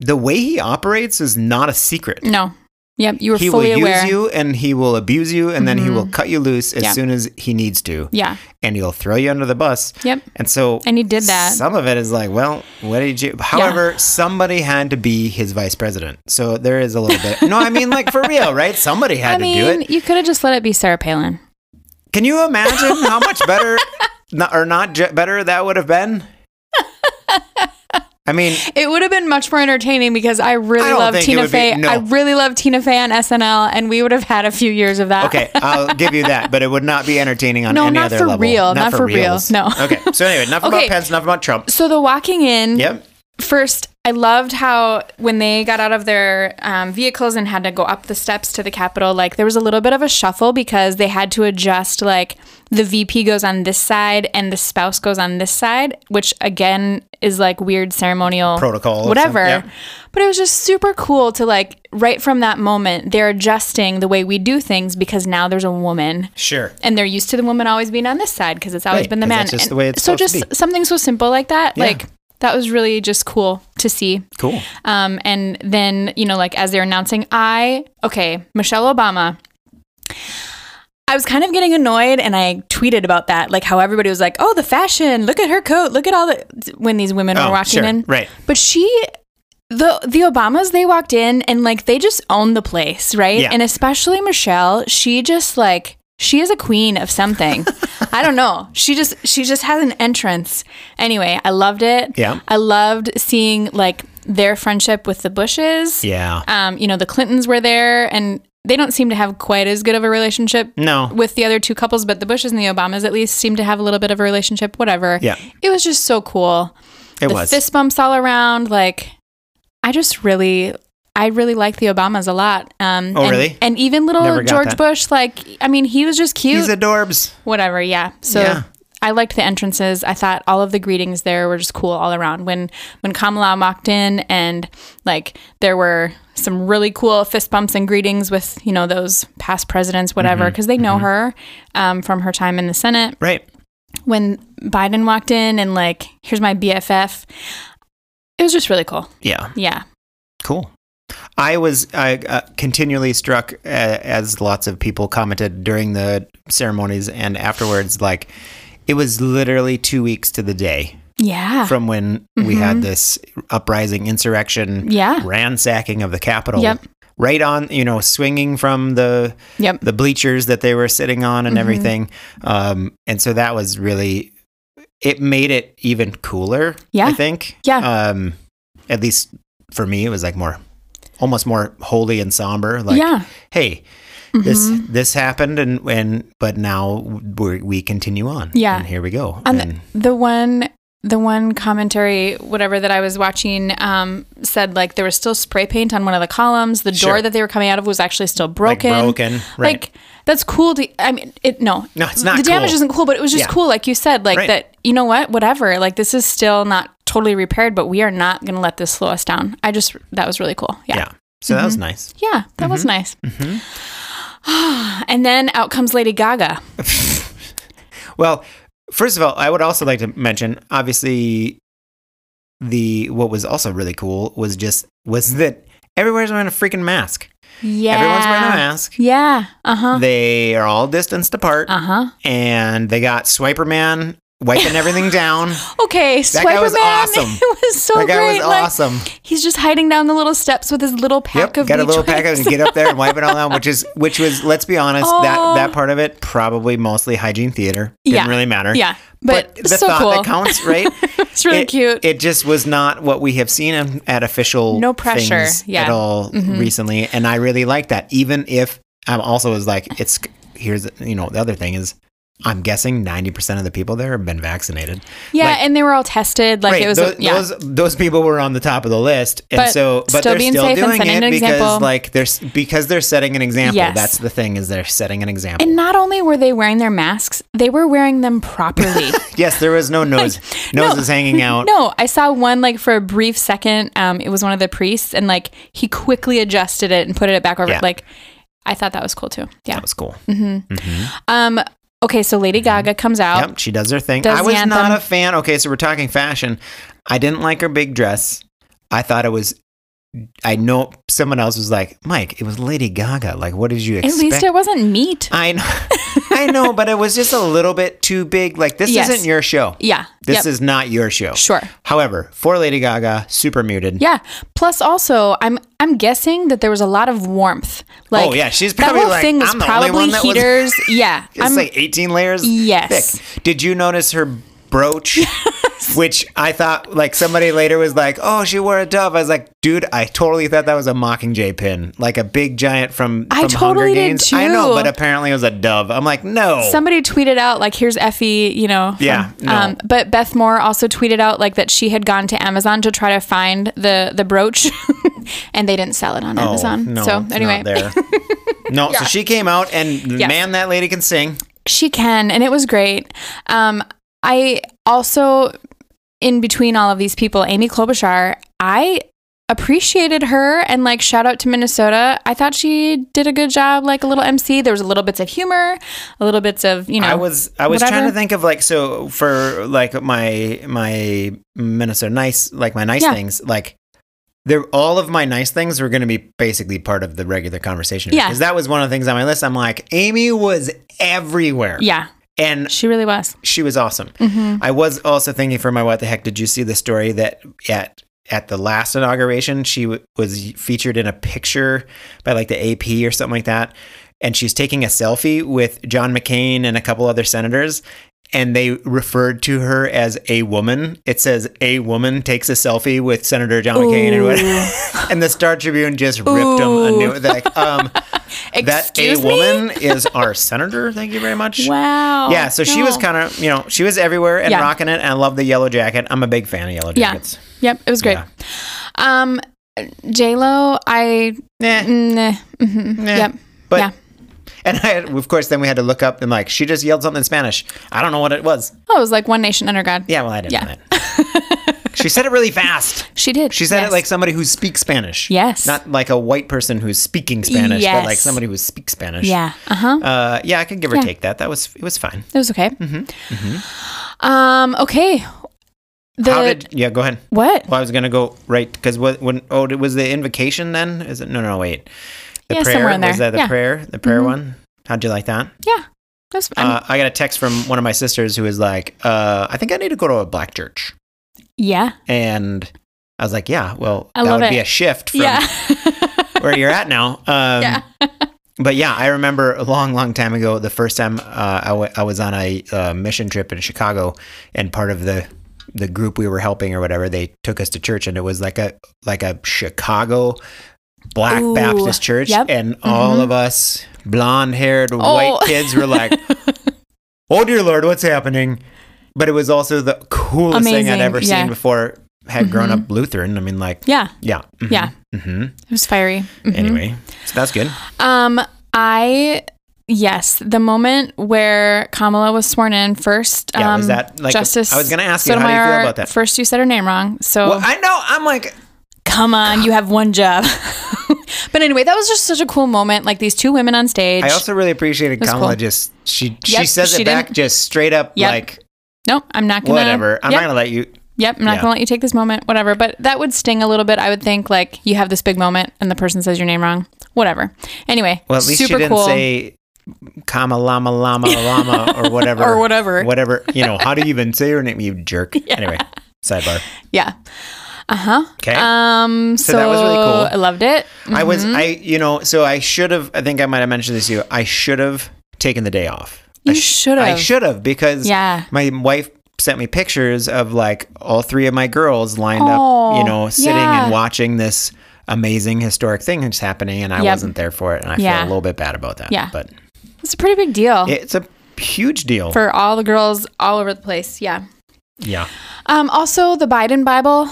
S1: the way he operates is not a secret.
S2: No. Yep. You were
S1: He will
S2: Mm, fully aware. Mm-hmm.
S1: use you and he will abuse you and then he will cut you loose as
S2: Yeah.
S1: soon as he needs to
S2: Yeah.
S1: and he'll throw you under the bus.
S2: Yep.
S1: And so
S2: And he did that.
S1: some of it is like, well, what did you? However, somebody had to be his vice president, so there is a little bit. No, I mean, like for real, right? Somebody had
S2: I
S1: to
S2: mean,
S1: do it.
S2: you could have just let it be Sarah Palin.
S1: Can you imagine how much better, [LAUGHS] not, or not ju- better that would have
S2: [LAUGHS]
S1: been? I mean,
S2: It would have been much more entertaining because I really
S1: I don't
S2: love
S1: think it
S2: Tina
S1: would be-
S2: Fey.
S1: no.
S2: I really love Tina Fey on SNL, and we would have had a few years of that.
S1: [LAUGHS] okay, I'll give you that, but it would not be entertaining on
S2: No,
S1: any
S2: not
S1: other
S2: for
S1: level.
S2: real, not for real,
S1: reals.
S2: no.
S1: [LAUGHS] Okay, so anyway, enough
S2: Okay.
S1: about Pence, enough about Trump.
S2: So the walking in.
S1: Yep.
S2: First, I loved how when they got out of their um, vehicles and had to go up the steps to the Capitol, like there was a little bit of a shuffle because they had to adjust. Like the VP goes on this side and the spouse goes on this side, which again is like weird ceremonial
S1: Protocol or
S2: whatever.
S1: something, yeah.
S2: But it was just super cool to like right from that moment they're adjusting the way we do things because now there's a woman
S1: Sure.
S2: and they're used to the woman always being on this side because it's always
S1: Right,
S2: been the
S1: 'cause
S2: man.
S1: that's just
S2: And
S1: the way it's
S2: so
S1: supposed
S2: just
S1: to be.
S2: something so simple like that,
S1: Yeah.
S2: like that was really just cool to see.
S1: Cool.
S2: Um, and then you know, like as they're announcing, I okay, Michelle Obama. I was kind of getting annoyed, and I tweeted about that, like how everybody was like, "Oh, the fashion! Look at her coat! Look at all the." When these women
S1: Oh,
S2: were walking
S1: sure,
S2: in,
S1: right.
S2: But she the the Obamas they walked in and like they just own the place, right?
S1: Yeah.
S2: And especially Michelle, she just like she is a queen
S1: [LAUGHS]
S2: of something. I don't know. She just she just has an entrance. Anyway, I loved it.
S1: Yeah.
S2: I loved seeing like their friendship with the Bushes.
S1: Yeah.
S2: Um, you know, the Clintons were there and they don't seem to have quite as good of a relationship
S1: No.
S2: with the other two couples, but the Bushes and the Obamas at least seem to have a little bit of a relationship, whatever.
S1: Yeah.
S2: It was just so cool
S1: It
S2: the
S1: was.
S2: fist bumps all around. Like, I just really, I really like the Obamas a lot. Um,
S1: Oh,
S2: and,
S1: really?
S2: And even little
S1: Never got
S2: George
S1: that.
S2: Bush, like, I mean, he was just cute.
S1: He's adorbs.
S2: Whatever, yeah. So
S1: Yeah.
S2: I liked the entrances. I thought all of the greetings there were just cool all around. When when Kamala walked in, and like there were some really cool fist bumps and greetings with you know those past presidents,
S1: Mm-hmm.
S2: whatever, because they know her um, from her time in the Senate
S1: Right.
S2: when Biden walked in and like, here's my BFF. It was just really cool.
S1: Yeah.
S2: Yeah.
S1: Cool. I was I, uh, continually struck, uh, as lots of people commented during the ceremonies and afterwards, like it was literally two weeks to the day
S2: Yeah.
S1: from when we
S2: Mm-hmm.
S1: had this uprising, insurrection,
S2: Yeah.
S1: ransacking of the Capitol.
S2: Yep.
S1: Right on, you know, swinging from the
S2: yep.
S1: the bleachers that they were sitting on
S2: Mm-hmm.
S1: and everything. Um, and so that was really, it made it even cooler.
S2: Yeah.
S1: I think.
S2: Yeah.
S1: Um, at least for me, it was like more, almost more holy and somber. Like,
S2: Yeah. Mm-hmm.
S1: hey, this this happened, and and but now we we continue on.
S2: Yeah.
S1: and here we go.
S2: And
S1: and
S2: the one the one commentary whatever that i was watching um, said like there was still spray paint on one of the columns the door
S1: Sure.
S2: that they were coming out of was actually still
S1: like
S2: broken
S1: broken, right?
S2: like that's cool to i mean it no
S1: No, it's not
S2: the damage
S1: cool.
S2: isn't cool but it was just
S1: Yeah.
S2: cool like you said like
S1: Right.
S2: that you know what whatever like this is still not totally repaired but we are not going to let this slow us down i just that was really cool yeah Mm-hmm.
S1: yeah. So that was nice.
S2: Yeah, that was
S1: Mm-hmm.
S2: nice. [SIGHS] and then out comes Lady Gaga.
S1: Well, first of all, I would also like to mention, obviously, the what was also really cool was just was that everywhere's wearing a freaking mask.
S2: Yeah.
S1: Everyone's wearing a mask.
S2: Yeah. Uh huh.
S1: They are all distanced apart,
S2: Uh huh.
S1: and they got Swiper Man wiping
S2: [LAUGHS]
S1: everything down.
S2: Okay,
S1: That guy
S2: Swiper
S1: was
S2: Man.
S1: awesome.
S2: [LAUGHS] It was so
S1: that guy
S2: great.
S1: was
S2: like,
S1: awesome.
S2: He's just hiding down the little steps with his little
S1: Yep,
S2: pack of
S1: got a
S2: bee
S1: little pack [LAUGHS]
S2: tricks.
S1: and get up there and wipe it all down, which is which was let's be honest,
S2: Oh.
S1: that that part of it probably mostly hygiene theater didn't
S2: Yeah.
S1: really matter.
S2: [LAUGHS] Yeah, but,
S1: the
S2: so
S1: thought
S2: cool.
S1: that counts, right?
S2: [LAUGHS] it's really
S1: it,
S2: cute.
S1: It just was not what we have seen in- at official
S2: No pressure,
S1: things
S2: yeah. Mm-hmm.
S1: at all recently, and I really like that. Even if I'm also is like it's here's you know the other thing is I'm guessing 90% of the people there have been vaccinated.
S2: Yeah,
S1: Like,
S2: and they were all tested. Like
S1: right,
S2: it was
S1: those,
S2: a, yeah.
S1: those those people were on the top of the list, and
S2: But
S1: so but
S2: still
S1: they're
S2: being
S1: still
S2: safe and
S1: doing
S2: setting
S1: it
S2: an
S1: because
S2: example.
S1: like there's because they're setting an example.
S2: Yes.
S1: That's the thing is they're setting an example.
S2: and not only were they wearing their masks, they were wearing
S1: [LAUGHS]
S2: them properly.
S1: yes, there
S2: [LAUGHS]
S1: was no nose noses hanging out.
S2: No, I saw one like for a brief second. Um, it was one of the priests, and like he quickly adjusted it and put it back over.
S1: Yeah.
S2: Like, I thought that was cool too. Yeah.
S1: That was cool.
S2: Um. Okay, so Lady Gaga comes out.
S1: Mm-hmm. Yep, she does her thing.
S2: Does
S1: I
S2: the
S1: was not
S2: anthem.
S1: a fan. Okay, so we're talking fashion. I didn't like her big dress. I thought it was. I know someone else was like, Mike, it was Lady Gaga. Like, what did you expect? Uh,
S2: At least it wasn't meat.
S1: I
S2: [LAUGHS]
S1: know, I know, but it was just a little bit too big. Like, this
S2: Yes.
S1: isn't your show.
S2: yeah.
S1: This
S2: Yep.
S1: is not your show.
S2: sure.
S1: However, for Lady Gaga, super muted.
S2: Yeah. Plus, also, I'm I'm guessing that there was a lot of warmth. Like,
S1: Oh, yeah, she's
S2: that
S1: probably
S2: whole
S1: like,
S2: thing was
S1: "I'm the only
S2: probably
S1: one that was-"
S2: heaters. yeah.
S1: [LAUGHS] It's like 18 layers
S2: Yes.
S1: thick. Did you notice her brooch?
S2: [LAUGHS]
S1: Which I thought, like, somebody later was like, oh, she wore a dove. I was like, dude, I totally thought that was a Mockingjay pin, like a big giant from,
S2: I
S1: from
S2: totally
S1: Hunger
S2: did
S1: Games. I know,
S2: too.
S1: but apparently it was a dove. I'm like, no.
S2: somebody tweeted out like here's effie you know from-
S1: Yeah, no.
S2: um, but beth moore also tweeted out like that she had gone to amazon to try to find the the brooch [LAUGHS] and they didn't sell it on
S1: Oh,
S2: amazon
S1: no,
S2: so
S1: it's
S2: anyway
S1: Not
S2: [LAUGHS]
S1: there. No, so she came out, and
S2: Yes.
S1: man, that lady can sing.
S2: she can and it was great um, i also in between all of these people amy klobuchar i appreciated her and like shout out to minnesota i thought she did a good job like a little mc there was a little bits of humor a little bits of you know
S1: I was I was
S2: whatever.
S1: trying to think of like so for like my my Minnesota nice like my nice
S2: Yeah.
S1: things like they're all of my nice things were going to be basically part of the regular conversation
S2: Yeah.
S1: because that was one of the things on my list. I'm like Amy was everywhere
S2: yeah
S1: and
S2: she really was
S1: she was awesome.
S2: Mm-hmm.
S1: I was also thinking for my what the heck did you see the story that at at the last inauguration she w- was featured in a picture by like the AP or something like that and she's taking a selfie with John McCain and a couple other senators and they referred to her as a woman. It says a woman takes a selfie with Senator John McCain and what [LAUGHS] and the Star Tribune just ripped them a new they're like um that a
S2: Excuse me?
S1: woman is our senator. Thank you very much.
S2: Wow.
S1: Yeah, so she was
S2: No.
S1: kind of, you know, she was everywhere and
S2: Oh, Yeah.
S1: rocking it. And I love the yellow jacket. I'm a big fan of yellow
S2: Yeah.
S1: jackets.
S2: Yep, it was great.
S1: Yeah.
S2: Um, J Lo, I.
S1: Yeah.
S2: Nah, mhm,
S1: Nah.
S2: Yep.
S1: But,
S2: yeah.
S1: and I, of course, then we had to look up and like, she just yelled something in Spanish. I don't know what it was.
S2: Oh, it was like One Nation Under God.
S1: Yeah, well, I didn't
S2: Yeah.
S1: know that. she said it really fast.
S2: She did.
S1: She said
S2: Yes.
S1: it like somebody who speaks Spanish.
S2: Yes.
S1: Not like a white person who's speaking Spanish,
S2: Yes.
S1: but like somebody who speaks Spanish.
S2: Yeah. Uh huh.
S1: Uh, yeah, I could give or
S2: Yeah.
S1: take that. That was, it was fine.
S2: It was okay.
S1: Mm-hmm.
S2: Um. Okay. The
S1: How did, yeah, go ahead.
S2: what?
S1: Well, I was gonna go right because what when oh it was the invocation then is it no no wait the
S2: Yeah,
S1: prayer
S2: somewhere in there.
S1: was that the
S2: Yeah. Mm-hmm.
S1: prayer the prayer one how'd you like that
S2: Yeah. That's fine.
S1: uh, I got a text from one of my sisters who was like uh, I think I need to go to a black church
S2: yeah.
S1: and I was like yeah well
S2: I
S1: that
S2: love
S1: would be
S2: it.
S1: a shift from
S2: Yeah. [LAUGHS]
S1: where you're at now um, but yeah I remember a long long time ago the first time uh, I, w- I was on a uh, mission trip in Chicago and part of the the group we were helping or whatever they took us to church and it was like a like a chicago black
S2: Ooh,
S1: baptist church
S2: yep. Mm-hmm.
S1: and all of us blonde haired
S2: Oh.
S1: white kids were
S2: [LAUGHS]
S1: like oh dear lord what's happening but it was also the coolest thing
S2: Amazing,
S1: i'd ever
S2: yeah. Mm-hmm.
S1: seen before had grown up lutheran i mean like
S2: yeah.
S1: yeah mhm,
S2: Yeah.
S1: mhm.
S2: It was fiery. Mhm.
S1: anyway so that's good
S2: Um, I yes, the moment where Kamala was sworn in first.
S1: Yeah,
S2: um,
S1: was that, like,
S2: Justice?
S1: I was gonna ask you, how do you feel
S2: Sotomayor,
S1: about that?
S2: First, you said her name wrong, so
S1: well i know i'm like
S2: come on, you have one job. [LAUGHS] but anyway, that was just such a cool moment. Like these two women on stage.
S1: i also really appreciated
S2: was
S1: kamala
S2: cool.
S1: just she she
S2: Yep,
S1: says
S2: she
S1: it back
S2: didn't-
S1: just straight up
S2: Yep.
S1: like
S2: nope, I'm not gonna.
S1: whatever i'm
S2: yep,
S1: not gonna let you
S2: Yep, I'm not
S1: yeah.
S2: gonna let you take this moment. Whatever. But that would sting a little bit. I would think like you have this big moment and the person says your name wrong. Whatever. Anyway,
S1: Well, at least
S2: super
S1: she didn't
S2: cool.
S1: say comma llama llama
S2: [LAUGHS]
S1: llama or whatever
S2: Or whatever.
S1: whatever. You know, how do you even say her name? You
S2: [LAUGHS]
S1: jerk. Anyway, sidebar.
S2: yeah. Uh huh.
S1: Okay.
S2: Um. mm-hmm. So,
S1: that was really cool.
S2: I loved it.
S1: I was I you know so I should have I think I might have mentioned this to you. I should have taken the day off. I
S2: You
S1: sh-
S2: should
S1: I
S2: have.
S1: should have because
S2: Yeah.
S1: my wife sent me pictures of like all three of my girls lined
S2: Oh,
S1: up, you know, sitting
S2: yeah.
S1: and watching this amazing historic thing that's happening and I
S2: Yep.
S1: wasn't there for it and I
S2: Yeah.
S1: feel a little bit bad about that.
S2: Yeah.
S1: But
S2: It's a pretty big deal.
S1: it's a huge deal.
S2: for all the girls all over the place. Yeah.
S1: yeah.
S2: Um, also, the Biden Bible.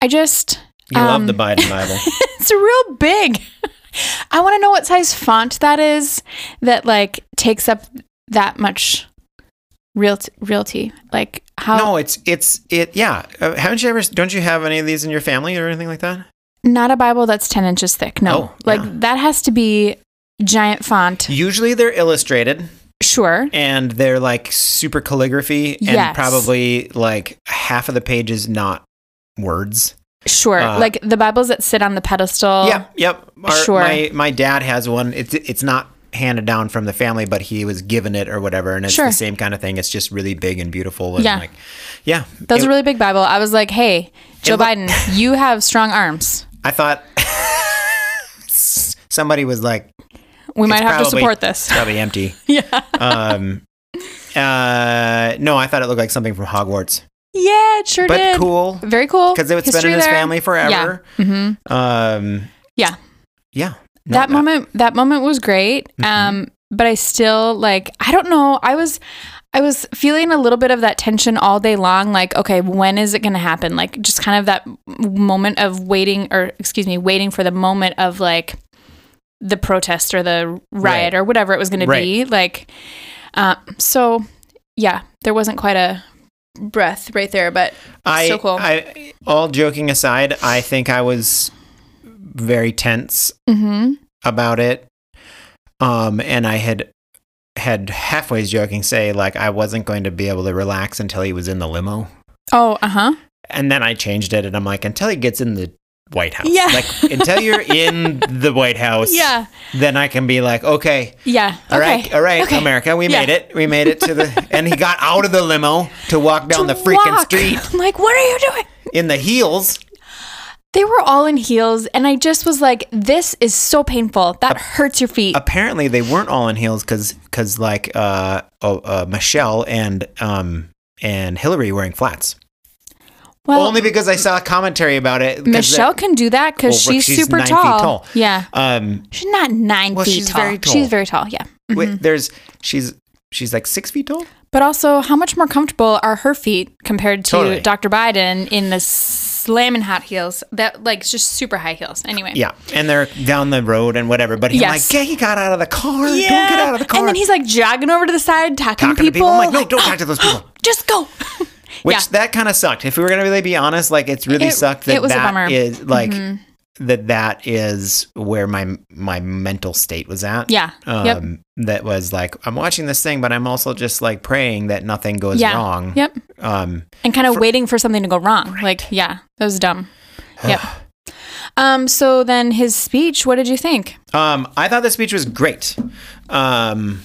S2: I just,
S1: You
S2: um,
S1: love the Biden Bible.
S2: it's real big. [LAUGHS] I want to know what size font that is that like takes up that much real realty. Like [LAUGHS] how?
S1: no, it's it's it. Yeah. Uh, haven't you ever? Don't you have any of these in your family or anything like that?
S2: Not a Bible that's ten inches thick. No,
S1: Oh,
S2: like
S1: yeah.
S2: that has to be giant font.
S1: Usually they're illustrated
S2: Sure.
S1: and they're like super calligraphy and
S2: Yes.
S1: probably like half of the page is not words.
S2: Sure.
S1: Uh,
S2: like the Bibles that sit on the pedestal.
S1: Yep, yep. Our-
S2: Oh. Sure.
S1: My my dad has one. It's it's not handed down from the family, but he was given it or whatever, and it's
S2: Sure.
S1: the same kind of thing. It's just really big and beautiful. And
S2: Yeah.
S1: Like, yeah.
S2: That was
S1: It-
S2: a really big Bible. I was like, hey, Joe
S1: look-
S2: Biden, you have strong arms.
S1: I thought [LAUGHS] somebody was like,
S2: We
S1: It's
S2: might have to
S1: probably-
S2: support
S1: [LAUGHS]
S2: this.
S1: it's probably empty.
S2: [LAUGHS] yeah.
S1: Um, uh, no, I thought it looked like something from Hogwarts,
S2: Yeah, it sure
S1: but
S2: did.
S1: cool
S2: Very cool.
S1: because it's been
S2: History
S1: in his
S2: there.
S1: family forever.
S2: Yeah. hmm
S1: Um,
S2: Yeah.
S1: yeah. No,
S2: that moment that moment was great.
S1: Mm-hmm.
S2: Um, but I still like I don't know. I was I was feeling a little bit of that tension all day long, like, okay, when is it gonna happen? Like just kind of that m- moment of waiting or excuse me, waiting for the moment of like the protest or the riot
S1: Right.
S2: or whatever it was gonna be. Like uh, so yeah, there wasn't quite a breath right there, but
S1: I,
S2: so cool.
S1: I, all joking aside, I think I was very tense
S2: hmm
S1: about it. Um, and I had had halfway joking say like I wasn't going to be able to relax until he was in the limo.
S2: Oh, uh huh.
S1: And then I changed it and I'm like, until he gets in the White House.
S2: Yeah.
S1: Like until you're
S2: [LAUGHS]
S1: in the White House,
S2: Yeah.
S1: then I can be like, okay,
S2: Yeah.
S1: all right, all right,
S2: Okay.
S1: America, we
S2: Yeah.
S1: made it. We made it to the and he got out of the limo to walk down
S2: To
S1: the freaking
S2: walk.
S1: street
S2: [LAUGHS] I'm like, what are you doing?
S1: in the heels.
S2: They were all in heels, and I just was like, this is so painful. That hurts your feet.
S1: apparently they weren't all in heels because like uh, oh, uh Michelle and um and Hillary wearing flats.
S2: well,
S1: Only because I saw commentary about it. 'cause that-
S2: Oh. Michelle can do that because
S1: Well,
S2: she's,
S1: she's
S2: super
S1: nine feet
S2: tall.
S1: tall.
S2: Yeah.
S1: um,
S2: She's not nine
S1: Well,
S2: feet
S1: she's
S2: tall.
S1: very tall.
S2: She's very tall, yeah.
S1: wait, there's she's she's like six feet tall.
S2: But also, how much more comfortable are her feet compared to
S1: Totally.
S2: Dr. Biden in the slamming hot heels? That, like, it's just super high heels. Anyway.
S1: Yeah, and they're down the road and whatever. But he's
S2: Yes.
S1: like, yeah, he got out of the car. Don't get out of the car.
S2: And then he's like jogging over to the side, talking,
S1: talking
S2: to people.
S1: I'm like, no, don't talk to those people.
S2: Just go.
S1: [LAUGHS] Which
S2: yeah.
S1: that kind of sucked. If we were gonna really be honest, like it's really
S2: It-
S1: sucked that
S2: it was a bummer. Mm-hmm.
S1: that is like that that is where my my mental state was at.
S2: Yeah.
S1: Um,
S2: Yep.
S1: That was like I'm watching this thing, but I'm also just like praying that nothing goes
S2: Yeah.
S1: wrong.
S2: Yep.
S1: Um,
S2: and kind of waiting for something to go wrong. Like, yeah, that was
S1: [SIGHS]
S2: dumb. Yep. um. So then his speech. What did you think?
S1: um, I thought the speech was great. Um,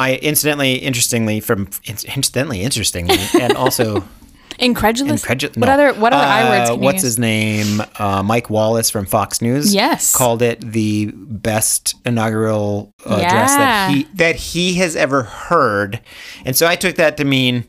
S1: I incidentally, interestingly, from incidentally, interestingly, and also
S2: Incredulous.
S1: incredulous.
S2: What other What other I words? Can you
S1: Uh, what's
S2: use?
S1: his name? Uh, Mike Wallace from Fox News.
S2: Yes.
S1: called it the best inaugural uh, address that
S2: Yeah.
S1: he that he has ever heard, and so I took that to mean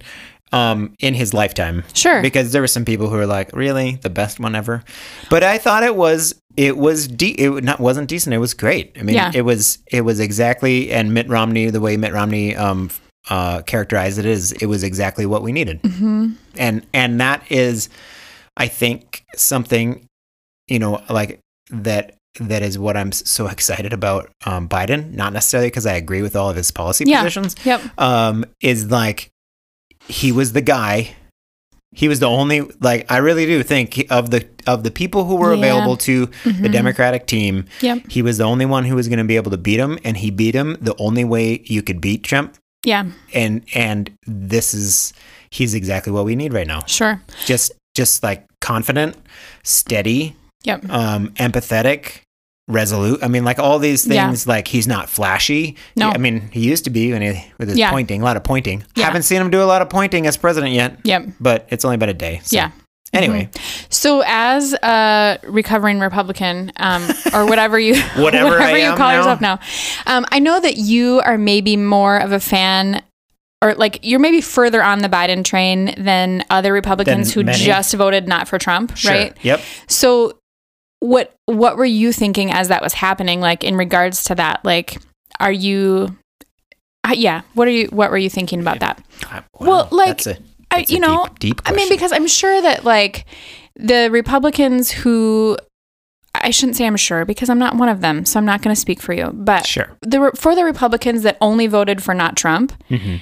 S1: um, in his lifetime.
S2: Sure.
S1: because there were some people who were like, "Really, the best one ever," but I thought it was it was de- it not wasn't decent. It was great. I mean,
S2: Yeah.
S1: it was it was exactly and Mitt Romney the way Mitt Romney um, uh, characterized it is it was exactly what we needed
S2: Mm-hmm.
S1: and and that is i think something you know like that that is what i'm so excited about um biden not necessarily because i agree with all of his policy
S2: Yeah.
S1: positions
S2: Yep.
S1: um is like he was the guy he was the only like i really do think of the of the people who were
S2: Yeah. Mm-hmm.
S1: available to the democratic team
S2: Yep.
S1: he was the only one who was going to be able to beat him and he beat him the only way you could beat trump
S2: Yeah.
S1: and and this is he's exactly what we need right now
S2: Sure.
S1: just just like confident steady
S2: Yep.
S1: um empathetic resolute i mean like all these
S2: Yeah.
S1: things like he's not flashy
S2: No.
S1: i mean he used to be when he with his
S2: Yeah.
S1: pointing a lot of pointing
S2: Yeah.
S1: haven't seen him do a lot of pointing as president yet
S2: Yep.
S1: but it's only been a day so.
S2: Yeah. Mm-hmm.
S1: anyway
S2: So as a recovering Republican, um, or whatever you [LAUGHS]
S1: [LAUGHS] Whatever I
S2: you
S1: am
S2: call
S1: now.
S2: yourself now, um, I know that you are maybe more of a fan. Or like you're maybe further on the Biden train than other Republicans who
S1: many.
S2: just voted not for Trump,
S1: sure.
S2: right?
S1: yep
S2: So what what were you thinking as that was happening like in regards to that? Like are you uh, yeah. What are you? What were you thinking about that?
S1: I-
S2: Well,
S1: wow,
S2: like
S1: that's a-
S2: I,
S1: that's a
S2: you know,
S1: deep, deep
S2: I mean,
S1: question.
S2: because I'm sure that like the Republicans who I shouldn't say I'm sure because I'm not one of them, so I'm not going to speak for you. But
S1: sure.
S2: the re- for the Republicans that only voted for not Trump,
S1: hmm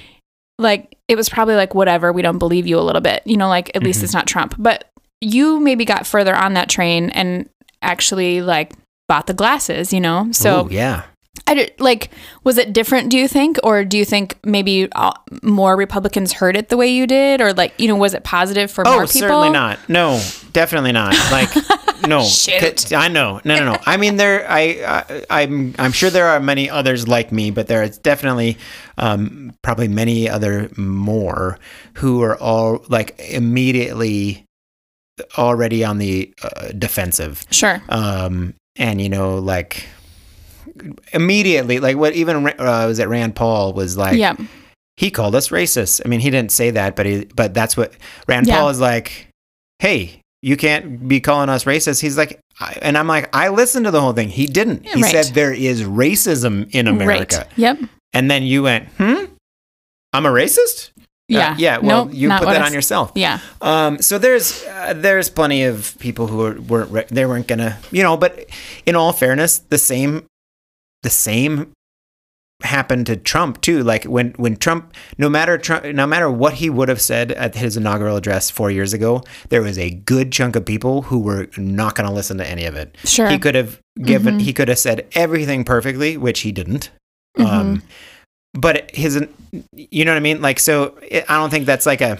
S2: like it was probably like whatever, we don't believe you a little bit, you know, like at least
S1: Mhm.
S2: it's not Trump. But you maybe got further on that train and actually like bought the glasses, you know. So
S1: Ooh, yeah.
S2: I did, like was it different do you think or do you think maybe uh, more republicans heard it the way you did or like you know was it positive for more
S1: Oh,
S2: people
S1: certainly not. No, definitely not.
S2: [LAUGHS]
S1: Like, no.
S2: Shoot.
S1: C- I know. No, no, no. I mean, there. I, I, I'm, I'm sure there are many others like me, but there is definitely, um, probably many other more who are all like immediately already on the uh, defensive.
S2: sure
S1: um, and you know, like immediately, like what even Ra- uh, was it Rand Paul was like,
S2: yeah
S1: he called us racist. I mean, he didn't say that, but he, but that's what Rand
S2: Yeah.
S1: Paul is like. Hey, you can't be calling us racist. He's like, I, and I'm like, I listened to the whole thing. He didn't. He
S2: Right.
S1: said there is racism in America,
S2: right yep
S1: and then you went, hmm, I'm a racist. Uh,
S2: yeah
S1: yeah. Well,
S2: Nope,
S1: you
S2: not
S1: put
S2: what
S1: that
S2: I
S1: on
S2: s-
S1: yourself.
S2: yeah
S1: Um, so there's uh, there's plenty of people who are, weren't re- they weren't gonna you know, but in all fairness, the same the same happened to Trump too. Like when when Trump, no matter Trump, no matter what he would have said at his inaugural address four years ago, there was a good chunk of people who were not gonna listen to any of it.
S2: sure Mm-hmm.
S1: He could have given he could have said everything perfectly, which he didn't. Um, but his, you know what I mean? Like, so it, I don't think that's like a,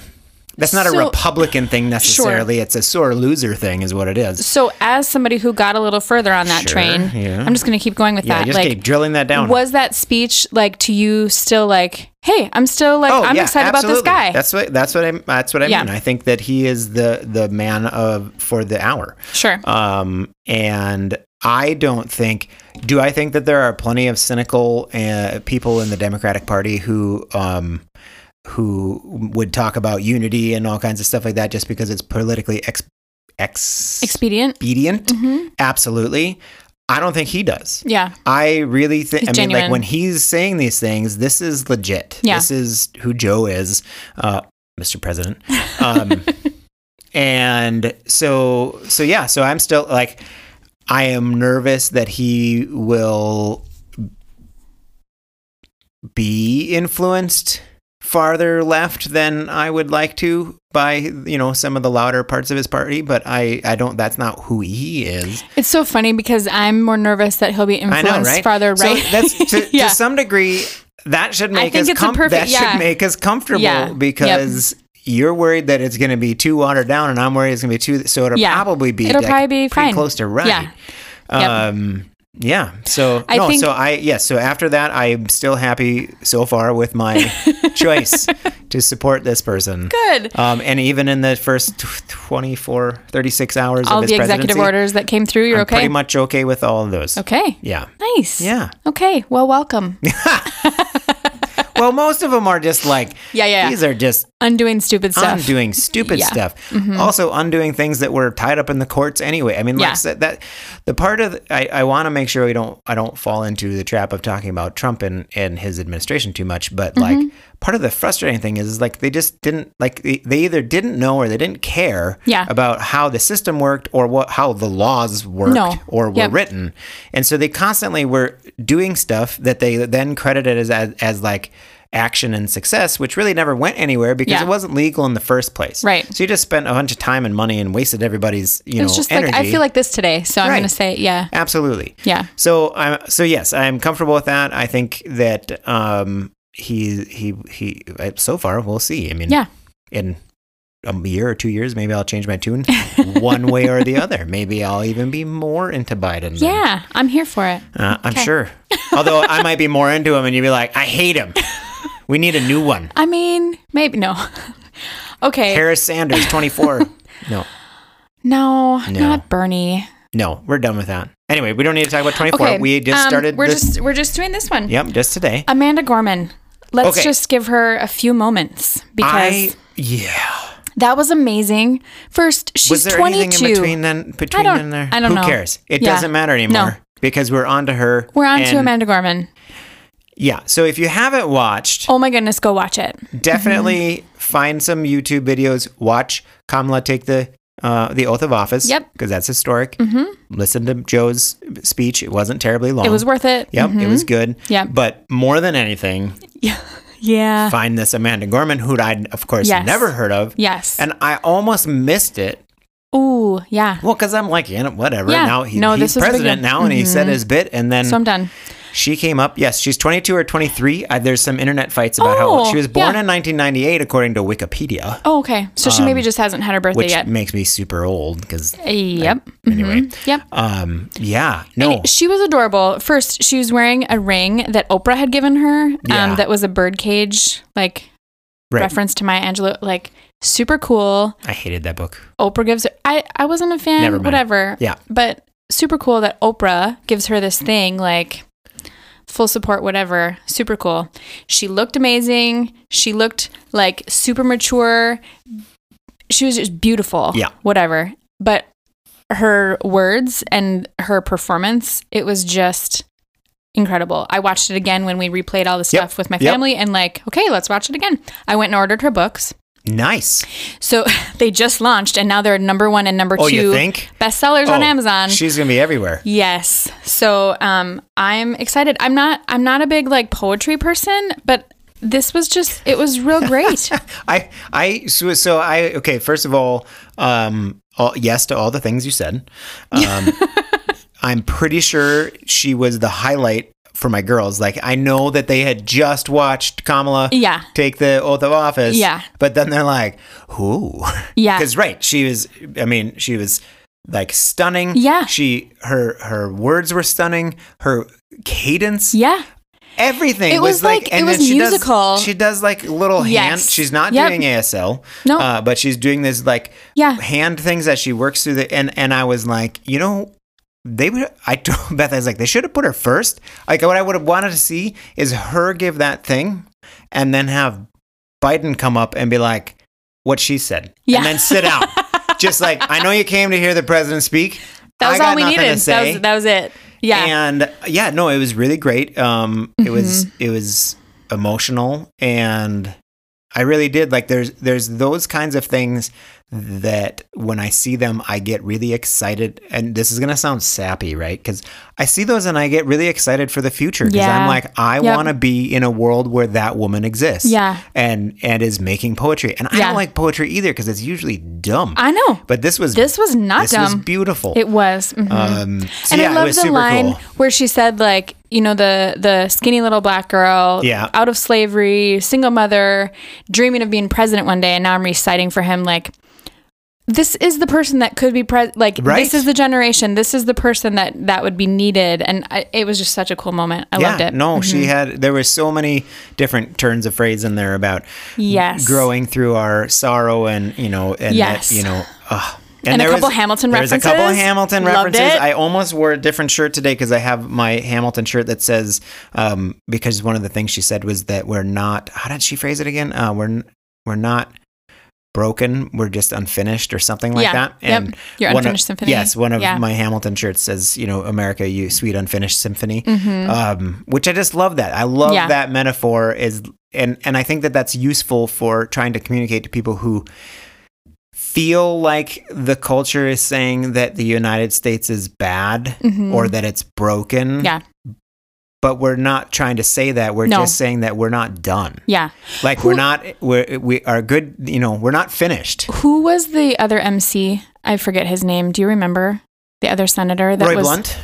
S1: that's not a
S2: So-
S1: Republican thing necessarily. It's a sore loser thing, is what it is.
S2: so as somebody who got a little further on that
S1: Sure,
S2: train
S1: yeah.
S2: i'm just going to keep going with
S1: Yeah,
S2: that
S1: just
S2: like
S1: keep drilling that down.
S2: was that speech like to you still like hey i'm still like
S1: Oh,
S2: i'm
S1: yeah,
S2: excited about
S1: absolutely.
S2: this guy
S1: That's what that's what I that's what I
S2: Yeah.
S1: mean. I think that he is the the man of for the hour.
S2: sure
S1: Um, and I don't think. Do I think that there are plenty of cynical uh, people in the Democratic Party who um, who would talk about unity and all kinds of stuff like that just because it's politically ex- ex-
S2: expedient
S1: expedient?
S2: Mhm.
S1: Absolutely. I don't think he does.
S2: yeah
S1: I really think.
S2: He's
S1: I mean,
S2: genuine.
S1: like when he's saying these things, this is legit.
S2: Yeah.
S1: This is who Joe is, uh, Mr. President.
S2: [LAUGHS]
S1: Um, and so, so yeah. So I'm still like, I am nervous that he will be influenced farther left than I would like to by you know some of the louder parts of his party. But I, I don't. That's not who he is.
S2: It's so funny because I'm more nervous that he'll be
S1: I
S2: influenced
S1: know, right?
S2: farther
S1: So
S2: right.
S1: that's
S2: [LAUGHS]
S1: to,
S2: yeah.
S1: to some degree that should make
S2: think
S1: us
S2: it's a
S1: com-
S2: perfect-
S1: that
S2: yeah.
S1: should make us comfortable
S2: Yeah. Yep.
S1: because you're worried that it's going to be too watered down, and I'm worried it's going to be too. So it'll
S2: Yeah.
S1: probably be
S2: It'll
S1: like,
S2: probably be
S1: pretty
S2: fine.
S1: close to right.
S2: Yeah. Yep.
S1: Um, yeah. So
S2: I
S1: no.
S2: think-
S1: so I yes. so after that, I'm still happy so far with
S2: [LAUGHS]
S1: my choice to support this person.
S2: Good.
S1: Um, and even in the first tw- 24, 36 hours
S2: All
S1: of his
S2: the executive
S1: presidency,
S2: orders that came through, you're
S1: I'm
S2: okay.
S1: pretty much okay with all of those.
S2: okay.
S1: Yeah.
S2: Nice.
S1: Yeah.
S2: Okay. Well, welcome.
S1: Well, most of them are just like,
S2: Yeah, yeah,
S1: these are just
S2: Undoing stupid stuff.
S1: undoing stupid
S2: Yeah. Mm-hmm.
S1: stuff. Also, undoing things that were tied up in the courts anyway. I mean, like
S2: Yeah.
S1: said, that the part of the, I, I want to make sure we don't I don't fall into the trap of talking about Trump and and his administration too much. But
S2: Mm-hmm.
S1: like, part of the frustrating thing is, is like they just didn't like they, they either didn't know or they didn't care
S2: Yeah.
S1: about how the system worked or what how the laws worked
S2: No.
S1: or were
S2: Yep.
S1: written, and so they constantly were doing stuff that they then credited as as, as like. Action and success, which really never went anywhere because
S2: Yeah.
S1: it wasn't legal in the first place.
S2: Right.
S1: So you just spent a bunch of time and money and wasted everybody's, you
S2: it's
S1: know,
S2: just
S1: energy.
S2: like I feel like this today, so I'm
S1: Right.
S2: gonna say yeah,
S1: absolutely.
S2: yeah,
S1: So I'm so yes, I'm comfortable with that. I think that um he he he I- so far we'll see. I mean,
S2: yeah.
S1: in a year or two years, maybe I'll change my
S2: [LAUGHS]
S1: tune one way or the other. Maybe I'll even be more into Biden. than-
S2: Yeah, I'm here for it.
S1: Uh, I'm
S2: Okay. [LAUGHS]
S1: sure. Although I might be more into him, and you'd be like, I hate him. We need a new one.
S2: I mean, maybe no. [LAUGHS] okay,
S1: Harris Sanders,
S2: [LAUGHS]
S1: 24. no,
S2: no,
S1: No.
S2: not Bernie.
S1: no, we're done with that. Anyway, we don't need to talk about 24.
S2: Okay,
S1: we just
S2: um,
S1: started.
S2: We're
S1: this-
S2: just Uh, we're just doing this one.
S1: Yep, just today.
S2: Amanda Gorman. Let's
S1: Okay.
S2: just give her a few moments because
S1: I yeah.
S2: That was amazing. First, she's
S1: Was there
S2: 22.
S1: anything in between then? Between
S2: don't-
S1: then there?
S2: I don't
S1: Who
S2: know.
S1: cares? It
S2: Yeah.
S1: doesn't matter
S2: No.
S1: anymore because we're on to her.
S2: We're on to
S1: and
S2: Amanda Gorman.
S1: Yeah. So if you haven't watched,
S2: Oh my goodness, go watch it.
S1: definitely find some YouTube videos. Watch Kamala take the uh, the oath of office.
S2: Yep.
S1: Because that's historic. Mm-hmm. Listen to Joe's speech. It wasn't terribly long.
S2: It was mm-hmm. worth it.
S1: Yep. It was good.
S2: Yep.
S1: But more than anything,
S2: Yeah. Yeah.
S1: find this Amanda Gorman, who I'd of course
S2: Uh. Yes.
S1: never heard of.
S2: Yes.
S1: And I almost missed it.
S2: Ooh, yeah.
S1: Well, because I'm like, yeah, whatever.
S2: Yeah.
S1: Now he,
S2: No,
S1: he's
S2: this was a big
S1: president
S2: one.
S1: now, and he said his bit, and then
S2: So I'm done.
S1: She came up, yes, she's 22 or 23. Uh, there's some internet fights about how
S2: Oh,
S1: old she was born
S2: yeah.
S1: in 1998, according to Wikipedia,
S2: Oh, okay. So she maybe just hasn't had her birthday
S1: Um, which
S2: yet.
S1: makes me super old because,
S2: Yep.
S1: anyway.
S2: Yep.
S1: Um, yeah, no.
S2: She was adorable. First, she was wearing a ring that Oprah had given her
S1: Yeah.
S2: um, that was a birdcage, like
S1: Right.
S2: reference to Maya Angelou. Like, super cool.
S1: I hated that book.
S2: Oprah gives her, I, I wasn't a fan,
S1: Never mind.
S2: whatever.
S1: Yeah.
S2: But super cool that Oprah gives her this thing, like full support, whatever. Super cool. She looked amazing. She looked like super mature. She was just beautiful.
S1: Yeah.
S2: Whatever. But her words and her performance, it was just incredible. I watched it again when we replayed all the
S1: Yep.
S2: stuff with my
S1: Yep.
S2: family and like, okay, let's watch it again. I went and ordered her books.
S1: Nice.
S2: So [LAUGHS] they just launched, and now they're number one and number two
S1: Oh, you think?
S2: bestsellers on
S1: Oh,
S2: Amazon.
S1: She's going to be everywhere.
S2: yes. So um, I'm excited. I'm not. I'm not a big like poetry person, but this was just. It was real
S1: [LAUGHS]
S2: great.
S1: I, I, so, so I, okay, first of all, um, all, yes to all the things you said.
S2: [LAUGHS]
S1: Um, I'm pretty sure she was the highlight for my girls. Like, I know that they had just watched Kamala
S2: Yeah.
S1: take the oath of office.
S2: Yeah.
S1: But then they're like, who?
S2: Yeah.
S1: Because, right, she was, I mean, she was like stunning.
S2: Yeah.
S1: She, her, her words were stunning. Her cadence
S2: yeah.
S1: everything
S2: It
S1: was,
S2: was
S1: like,
S2: like- it was
S1: she
S2: musical.
S1: Does, she does like little hand.
S2: Yes.
S1: She's not
S2: Yep.
S1: doing ASL.
S2: No.
S1: uh, but she's doing this like
S2: Yeah.
S1: hand things that she works through. The and and I was like, you know. They would. I told [LAUGHS] Beth. I was like, they should have put her first. Like, what I would have wanted to see is her give that thing, and then have Biden come up and be like, "What she said,"
S2: Yeah.
S1: and then sit down.
S2: [LAUGHS]
S1: Just like, I know you came to hear the president speak.
S2: That was
S1: I got
S2: all we
S1: nothing to
S2: needed. That
S1: say.
S2: was, that was it. Yeah. Mm-hmm.
S1: And uh, yeah, no, it was really great. Um, it was it was emotional, and I really did like. There's there's those kinds of things that when I see them, I get really excited. And this is gonna sound sappy, right? Because I see those and I get really excited for the future. Because
S2: Yeah.
S1: I'm like, I
S2: Yep.
S1: want to be in a world where that woman exists.
S2: Yeah.
S1: And and is making poetry. And I
S2: Yeah.
S1: don't like poetry either because it's usually dumb.
S2: I know.
S1: but this was
S2: This was not
S1: this was
S2: dumb.
S1: beautiful.
S2: it was. Mhm.
S1: um, so
S2: and
S1: yeah,
S2: I
S1: it
S2: love
S1: was
S2: the
S1: super
S2: line
S1: cool.
S2: where she said, like, you know, the the skinny little black girl,
S1: Yeah.
S2: out of slavery, single mother, dreaming of being president one day, and now I'm reciting for him, like, this is the person that could be pres, like,
S1: Right.
S2: this is the generation, this is the person that that would be needed, and I, it was just such a cool moment. I loved it. Mm-hmm.
S1: No, she had. There were so many different turns of phrase in there about
S2: Yes.
S1: growing through our sorrow and you know and that,
S2: Yes.
S1: you know. Uh,
S2: And a
S1: there
S2: couple Hamilton
S1: there was a couple
S2: references.
S1: Hamilton
S2: Loved
S1: references.
S2: it.
S1: I almost wore a different shirt today because I have my Hamilton shirt that says um, because one of the things she said was that we're not. How did she phrase it again? Uh, we're n- we're not broken. We're just unfinished or something like
S2: Yeah.
S1: that.
S2: Yep. Your
S1: one of-
S2: unfinished symphony.
S1: Yes, one of
S2: Yeah.
S1: my Hamilton shirts says, you know, America, you sweet unfinished symphony, um, which I just love that. I love
S2: Mm-hmm. Yeah.
S1: that metaphor is, and and I think that that's useful for trying to communicate to people who feel like the culture is saying that the United States is bad
S2: Mhm.
S1: or that it's broken.
S2: Yeah.
S1: But we're not trying to say that. We're
S2: No.
S1: just saying that we're not done.
S2: Yeah.
S1: Like we're not we're we are good, you know, we're not finished.
S2: Who was the other MC? I forget his name. Do you remember? The other senator that
S1: Roy
S2: was
S1: Blunt?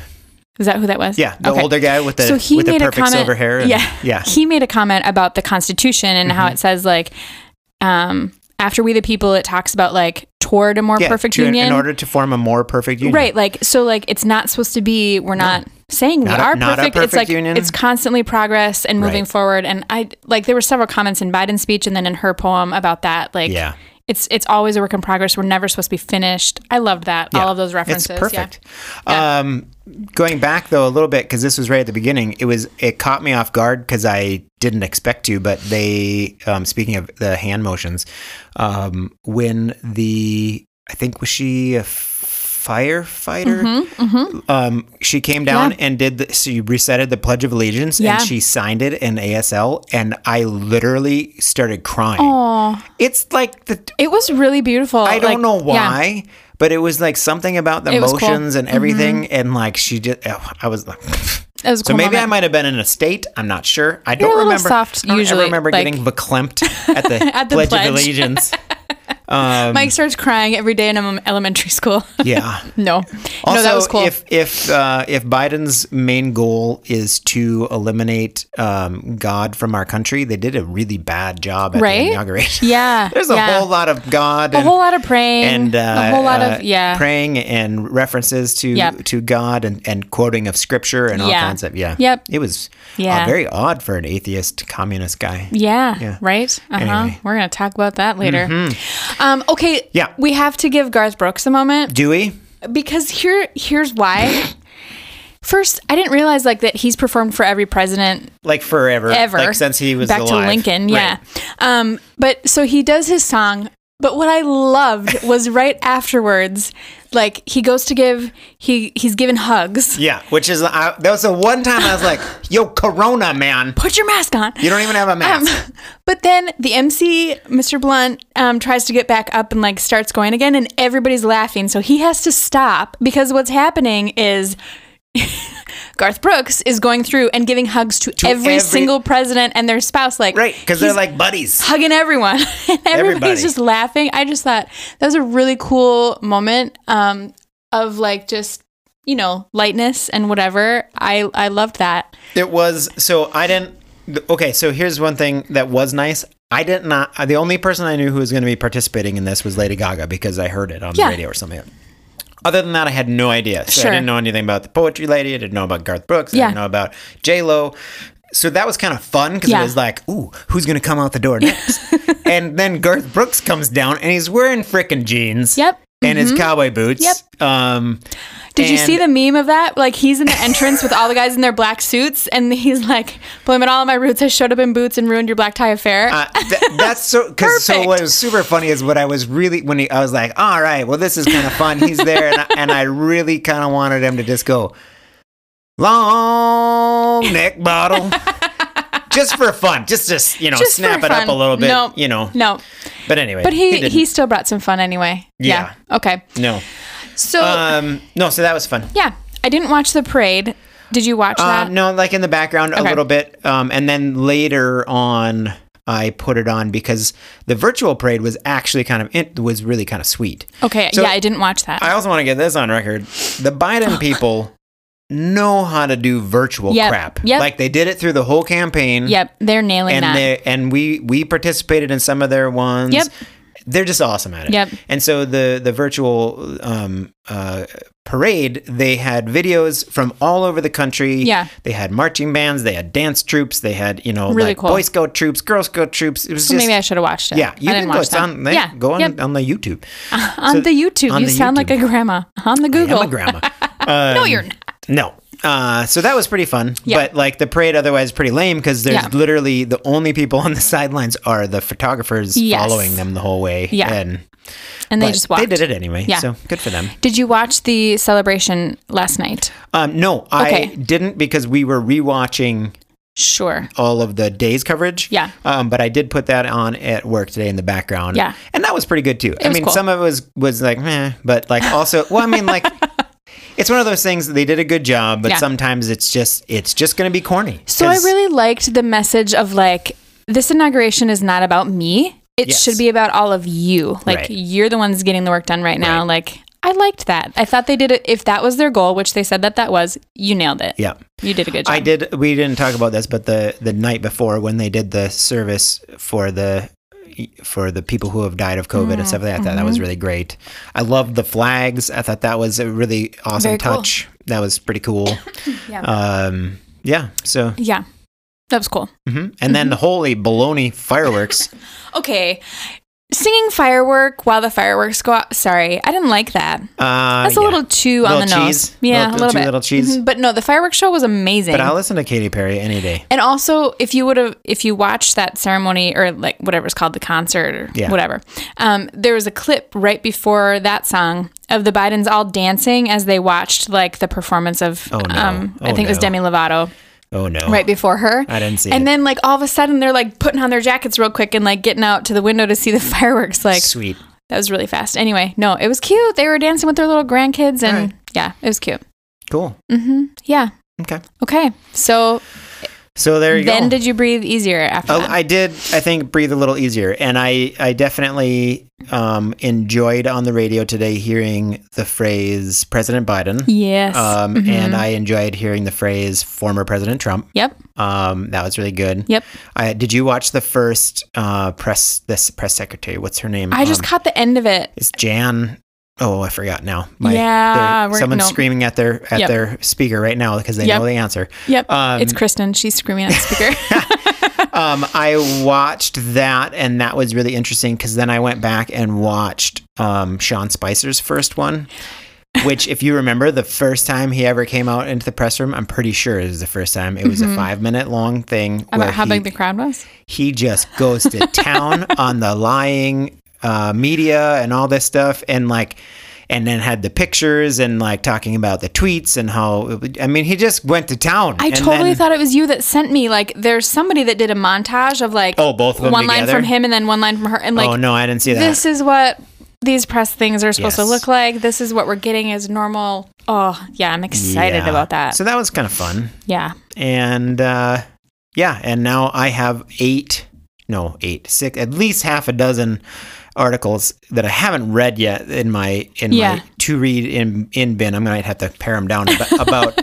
S2: is that who that was?
S1: Yeah, the
S2: Okay.
S1: older guy with the
S2: so he
S1: with
S2: made
S1: the
S2: a
S1: perfect
S2: comment.
S1: silver hair. and-
S2: yeah,
S1: [LAUGHS] yeah, Mm-hmm.
S2: He made a comment about the Constitution and how it says like, um, after we the people, it talks about like toward a more
S1: yeah.
S2: perfect
S1: to-
S2: union.
S1: In order to form a more perfect union,
S2: right. Like so, like it's not supposed to be. We're not saying
S1: Not
S2: we
S1: a-
S2: are
S1: not a
S2: perfect. It's
S1: perfect
S2: like
S1: union.
S2: it's constantly progress and moving
S1: Right.
S2: forward. And I like there were several comments in Biden's speech and then in her poem about that. Like
S1: Yeah.
S2: It's, it's always a work in progress. We're never supposed to be finished. I loved that.
S1: Yeah.
S2: All of those references.
S1: It's perfect. Um, going back though a little bit because this was right at the beginning. It was it caught me off guard because I didn't expect to. But they, um, speaking of the hand motions, um, when the I think was she a f- firefighter. Um, she came down
S2: Mm-hmm, Yeah.
S1: and did. The, she resetted the Pledge of Allegiance
S2: Yeah.
S1: and she signed it in ASL, and I literally started crying. It's like the
S2: It was really beautiful.
S1: I don't
S2: Like,
S1: know
S2: yeah.
S1: why, but it was like something about the
S2: It was cool. Mm-hmm.
S1: emotions and everything, and like she just, oh, I was like, [LAUGHS]
S2: It was a
S1: so
S2: cool
S1: maybe I
S2: moment.
S1: might have been in a state. I'm not sure. I
S2: a
S1: don't
S2: little
S1: remember.
S2: soft
S1: I don't ever
S2: usually,
S1: remember
S2: like- [LAUGHS]
S1: getting verklempt at the,
S2: At the
S1: Pledge,
S2: pledge.
S1: of
S2: [LAUGHS]
S1: Allegiance.
S2: Mike starts crying every day in um, elementary school.
S1: yeah.
S2: [LAUGHS] no,
S1: Also,
S2: no, that was cool.
S1: if if uh, if Biden's main goal is to eliminate um, God from our country, they did a really bad job at
S2: Right?
S1: the
S2: [LAUGHS]
S1: inauguration. [LAUGHS]
S2: yeah,
S1: There's a
S2: yeah.
S1: whole lot of God,
S2: a whole lot of praying,
S1: and uh,
S2: a whole lot
S1: uh,
S2: of yeah,
S1: praying and references to
S2: Yep.
S1: to God and, and quoting of scripture and all
S2: Yeah.
S1: kinds of yeah.
S2: Yep.
S1: It was uh,
S2: Yeah.
S1: very odd for an atheist communist guy.
S2: Yeah,
S1: Yeah.
S2: right? Uh huh.
S1: Anyway. Mm-hmm.
S2: We're going to talk about that later. Um, okay.
S1: Yeah.
S2: We have to give Garth Brooks a moment
S1: Dewey,
S2: because here
S1: [COUGHS]
S2: here's why. First, I didn't realize like that he's performed for every president
S1: like forever,
S2: ever
S1: like since he was
S2: back
S1: alive.
S2: to Lincoln. Yeah.
S1: Right.
S2: Um, but so he does his song. But what I
S1: [LAUGHS]
S2: loved was right afterwards, like he goes to give he he's given hugs.
S1: Yeah, which is I, that was the one time I was like, "Yo, Corona, man,
S2: Put your mask on.
S1: you don't even have a mask."
S2: Um, but then the MC, Mr. Blunt, um, tries to get back up and like starts going again, and everybody's laughing. So he has to stop because what's happening is [LAUGHS] Garth Brooks is going through and giving hugs to, every,
S1: every-
S2: single president and their spouse, like
S1: right? Because they're
S2: he's
S1: like buddies.
S2: hugging everyone. [LAUGHS] and everybody's
S1: Everybody.
S2: just laughing. I just thought that was a really cool moment um, of like just you know lightness and whatever. I I loved that.
S1: It was so I didn't. th- Okay, so here's one thing that was nice. I did not. uh, The only person I knew who was going to be participating in this was Lady Gaga because I heard it on
S2: Yeah.
S1: the radio or something. Other than that, I had no idea. So
S2: Sure.
S1: I didn't know anything about the poetry lady. I didn't know about Garth Brooks.
S2: Yeah.
S1: I didn't know about J Lo. So that was kind of fun because
S2: Yeah.
S1: it was like, ooh, who's going to come out the door
S2: [LAUGHS]
S1: next? and then Garth Brooks comes down and he's wearing frickin' jeans.
S2: Yep. Mm-hmm.
S1: And his cowboy boots.
S2: Yep.
S1: Um,
S2: Did you see the
S1: and-
S2: meme of that? Like
S1: [LAUGHS]
S2: he's in the entrance with all the guys in their black suits, and he's like, "Blame it all on my roots. I showed up in boots and ruined your black tie affair."
S1: Uh, th- that's so because so
S2: Perfect.
S1: what was super funny is what I was really when he, I was like, all right, well this is kind of fun. He's there, and I, and I really kind of wanted him to just go long neck
S2: [LAUGHS]
S1: bottle, just for fun, just just you know
S2: Just
S1: snap
S2: for
S1: it up
S2: fun.
S1: a little bit,
S2: No.
S1: you know.
S2: no,
S1: But anyway,
S2: but he he,
S1: didn't.
S2: still brought some fun anyway.
S1: Yeah.
S2: Okay.
S1: no,
S2: So
S1: um, no, so that was fun.
S2: yeah, I didn't watch the parade. Did you watch
S1: Uh,
S2: that?
S1: no, like in the background
S2: Okay.
S1: a little bit, um, and then later on. I put it on because the virtual parade was actually kind of it was really kind of sweet.
S2: Okay.
S1: So-
S2: yeah, I didn't watch that.
S1: I also want to get this on record. The
S2: [GASPS]
S1: Biden people know how to do virtual
S2: Yep,
S1: crap.
S2: yep.
S1: Like they did it through the whole campaign.
S2: yep, they're nailing
S1: And
S2: that.
S1: they and we we participated in some of their ones.
S2: Yep.
S1: They're just awesome at it.
S2: Yep.
S1: And so the the virtual um uh parade they had videos from all over the country
S2: Yeah.
S1: they had marching bands they had dance troops they had you know
S2: Really
S1: like
S2: cool.
S1: boy scout troops girl scout troops it was
S2: So
S1: just
S2: maybe I should have watched it.
S1: yeah you
S2: I
S1: can
S2: didn't
S1: go
S2: watch
S1: it's on
S2: that.
S1: they,
S2: yeah,
S1: go on,
S2: yep.
S1: on the youtube
S2: on the YouTube.
S1: on
S2: you
S1: the
S2: sound
S1: YouTube.
S2: like a grandma on the Google.
S1: I'm a
S2: [LAUGHS]
S1: grandma
S2: no, you're not.
S1: No. Uh, so that was pretty fun,
S2: Yeah.
S1: but like the parade otherwise pretty lame because there's
S2: Yeah.
S1: literally the only people on the [LAUGHS] sidelines are the photographers
S2: Yes.
S1: following them the whole way.
S2: Yeah.
S1: and
S2: And they
S1: but
S2: just watched.
S1: did it anyway.
S2: Yeah.
S1: so good for them.
S2: Did you watch the celebration last night?
S1: Um, no, I
S2: Okay.
S1: didn't because we were rewatching
S2: Sure.
S1: all of the day's coverage.
S2: Yeah.
S1: Um, but I did put that on at work today in the background.
S2: Yeah.
S1: And that was pretty good too. I
S2: was
S1: mean,
S2: cool.
S1: some of it was was like meh, but like also, well, I mean,
S2: [LAUGHS]
S1: like. It's one of those things that they did a good job, but
S2: Yeah.
S1: sometimes it's just it's just going to be corny.
S2: So I
S1: 'cause-
S2: really liked the message of like this inauguration is not about me. It
S1: Yes.
S2: should be about all of you. Like
S1: Right.
S2: you're the ones getting the work done right now.
S1: Right.
S2: Like I liked that. I thought they did it. If that was their goal, which they said that that was, you nailed it.
S1: yeah.
S2: You did a good job.
S1: I did. We didn't talk about this, but the the night before when they did the service for the for the people who have died of COVID and stuff like that, that, that
S2: Mm-hmm.
S1: was really great. I loved the flags. I thought that was a really awesome
S2: Very cool.
S1: touch. That was pretty cool.
S2: [COUGHS] Yeah.
S1: Um, yeah. So, mm-hmm.
S2: yeah. That was cool. Mm-hmm. [LAUGHS]
S1: mhm. and then the holy baloney fireworks.
S2: Okay. Singing firework while the fireworks go out. Sorry, I didn't like that.
S1: Uh,
S2: That's a
S1: yeah.
S2: little too on the
S1: Little
S2: nose.
S1: cheese?
S2: Yeah,
S1: Little-
S2: a little
S1: too
S2: bit.
S1: little cheese?
S2: Mhm, But no, the fireworks show was amazing.
S1: But I'll listen to Katy Perry any day.
S2: And also, if you would have, if you watched that ceremony or like whatever it's called, the concert or
S1: Yeah.
S2: whatever, um, there was a clip right before that song of the Bidens all dancing as they watched like the performance of,
S1: no.
S2: um, I
S1: Oh,
S2: think it was
S1: no.
S2: Demi Lovato
S1: Oh no!
S2: right before her.
S1: I didn't see
S2: And
S1: it.
S2: then like all of a sudden they're like putting on their jackets real quick and like getting out to the window to see the [LAUGHS] fireworks. Like
S1: Sweet.
S2: that was really fast. Anyway, no, it was cute. They were dancing with their little grandkids and
S1: Alright.
S2: yeah, it was cute.
S1: Cool.
S2: hmm Yeah.
S1: Okay.
S2: Okay. So
S1: So there you
S2: then
S1: go.
S2: did you breathe easier after
S1: Oh,
S2: that?
S1: I did. I think breathe a little easier, and I I definitely um, enjoyed on the radio today hearing the phrase President Biden,
S2: yes.
S1: um,
S2: Mhm.
S1: and I enjoyed hearing the phrase former President Trump.
S2: Yep.
S1: Um, that was really good.
S2: Yep.
S1: I, did you watch the first uh, press this press secretary? What's her name?
S2: I just
S1: Um,
S2: caught the end of it.
S1: it's Jan. Oh, I forgot now.
S2: Yeah,
S1: they're-
S2: we're-
S1: someone's
S2: no.
S1: screaming at their at
S2: Yep.
S1: their speaker right now because they
S2: Yep.
S1: know the answer.
S2: Yep.
S1: Um,
S2: it's Kristen. She's screaming at the
S1: [LAUGHS]
S2: speaker. [LAUGHS]
S1: um, I watched that, and that was really interesting because then I went back and watched um, Sean Spicer's first one, which, if you remember, the first time he ever came out into the press room, I'm pretty sure it was the first time. It was a five minute long thing where
S2: Mm-hmm. About how
S1: he,
S2: big the crowd was.
S1: he just goes to
S2: [LAUGHS]
S1: town on the lying uh, media and all this stuff, and like. And then had the pictures and like talking about the tweets and how it would, I mean he just went to town.
S2: I
S1: And
S2: totally
S1: then-
S2: thought it was you that sent me. Like, there's somebody that did a montage of like,
S1: Oh, both of them
S2: one line
S1: together?
S2: from him and then one line from her, and like,
S1: oh no, I didn't see that.
S2: this is what these press things are supposed to
S1: Yes.
S2: look like. This is what we're getting as normal. Oh yeah, I'm excited
S1: Yeah.
S2: about that.
S1: So that was kind of fun.
S2: yeah,
S1: And uh, yeah, and now I have eight, no, eight, six, at least half a dozen articles that I haven't read yet in my in
S2: Yeah.
S1: my to read in in bin. I'm gonna have to pare them down about,
S2: [LAUGHS]
S1: about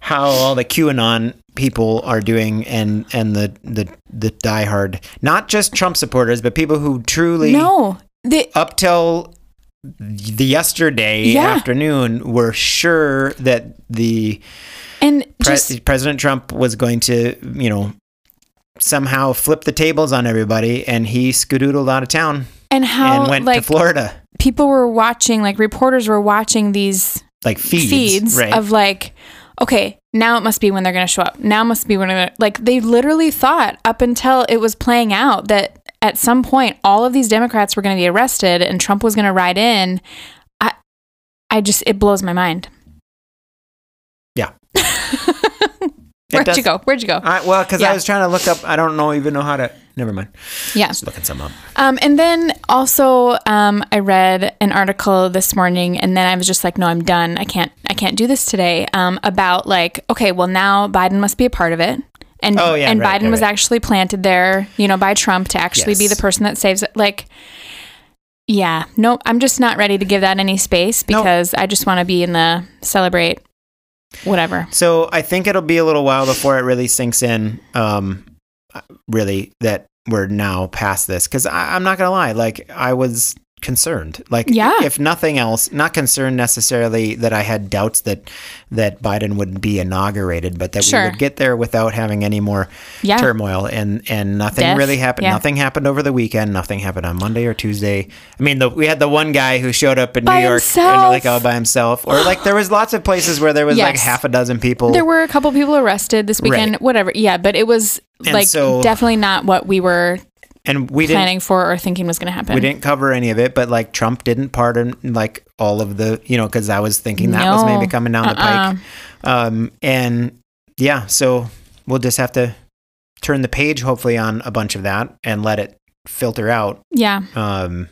S1: how all the QAnon people are doing and and the the the diehard, not just Trump supporters, but people who truly
S2: no, the,
S1: up till the yesterday
S2: Yeah.
S1: afternoon were sure that the
S2: and
S1: Pre-
S2: just
S1: President Trump was going to, you know, somehow flip the tables on everybody, and he skedoodled out of town
S2: and how
S1: and went
S2: like
S1: to Florida,
S2: people were watching, like reporters were watching these
S1: like feeds,
S2: feeds
S1: right?
S2: of like, okay, now it must be when they're going to show up. Now it must be when they're gonna, like they literally thought up until it was playing out that at some point all of these Democrats were going to be arrested and Trump was going to ride in. I, I just it blows my mind.
S1: Yeah.
S2: [LAUGHS] Where'd
S1: does-
S2: you go? Where'd you go?
S1: I, well, because
S2: Yeah.
S1: I was trying to look up, I don't know even know how to. Never mind.
S2: Yeah.
S1: Just looking some up.
S2: Um, and then also, um, I read an article this morning, and then I was just like, "No, I'm done. I can't. I can't do this today." Um, about like, okay, well now Biden must be a part of it, and
S1: Oh, yeah,
S2: and
S1: right,
S2: Biden
S1: right,
S2: was
S1: right.
S2: actually planted there, you know, by Trump to actually be
S1: Yes.
S2: the person that saves it. Like, yeah, no, I'm just not ready to give that any space
S1: No.
S2: because I just want to be in the celebrate, whatever.
S1: So I think it'll be a little while before it really sinks in, um, really, that we're now past this. Because I'm not going to lie, like, I was concerned. Like,
S2: Yeah.
S1: if nothing else, not concerned necessarily that I had doubts that, that Biden would be inaugurated, but that
S2: Sure.
S1: we would get there without having any more
S2: Yeah.
S1: turmoil. And, and nothing
S2: Death,
S1: really happened.
S2: yeah.
S1: Nothing happened over the weekend. Nothing happened on Monday or Tuesday. I mean, the, we had the one guy who showed up in
S2: By
S1: New York
S2: himself.
S1: and like all by himself. Or like, there was lots of places where there was like
S2: Yes.
S1: half a dozen people.
S2: There were a couple people arrested this weekend,
S1: Right.
S2: whatever. Yeah, but it was
S1: And
S2: like
S1: so-
S2: definitely not what we were
S1: and we didn't
S2: planning for or thinking was going to happen.
S1: we didn't cover any of it but like trump didn't pardon like all of the you know because i was thinking that was
S2: No.
S1: maybe coming down
S2: Uh-uh.
S1: the pike um and yeah so we'll just have to turn the page hopefully on a bunch of that and let it filter out
S2: Yeah,
S1: um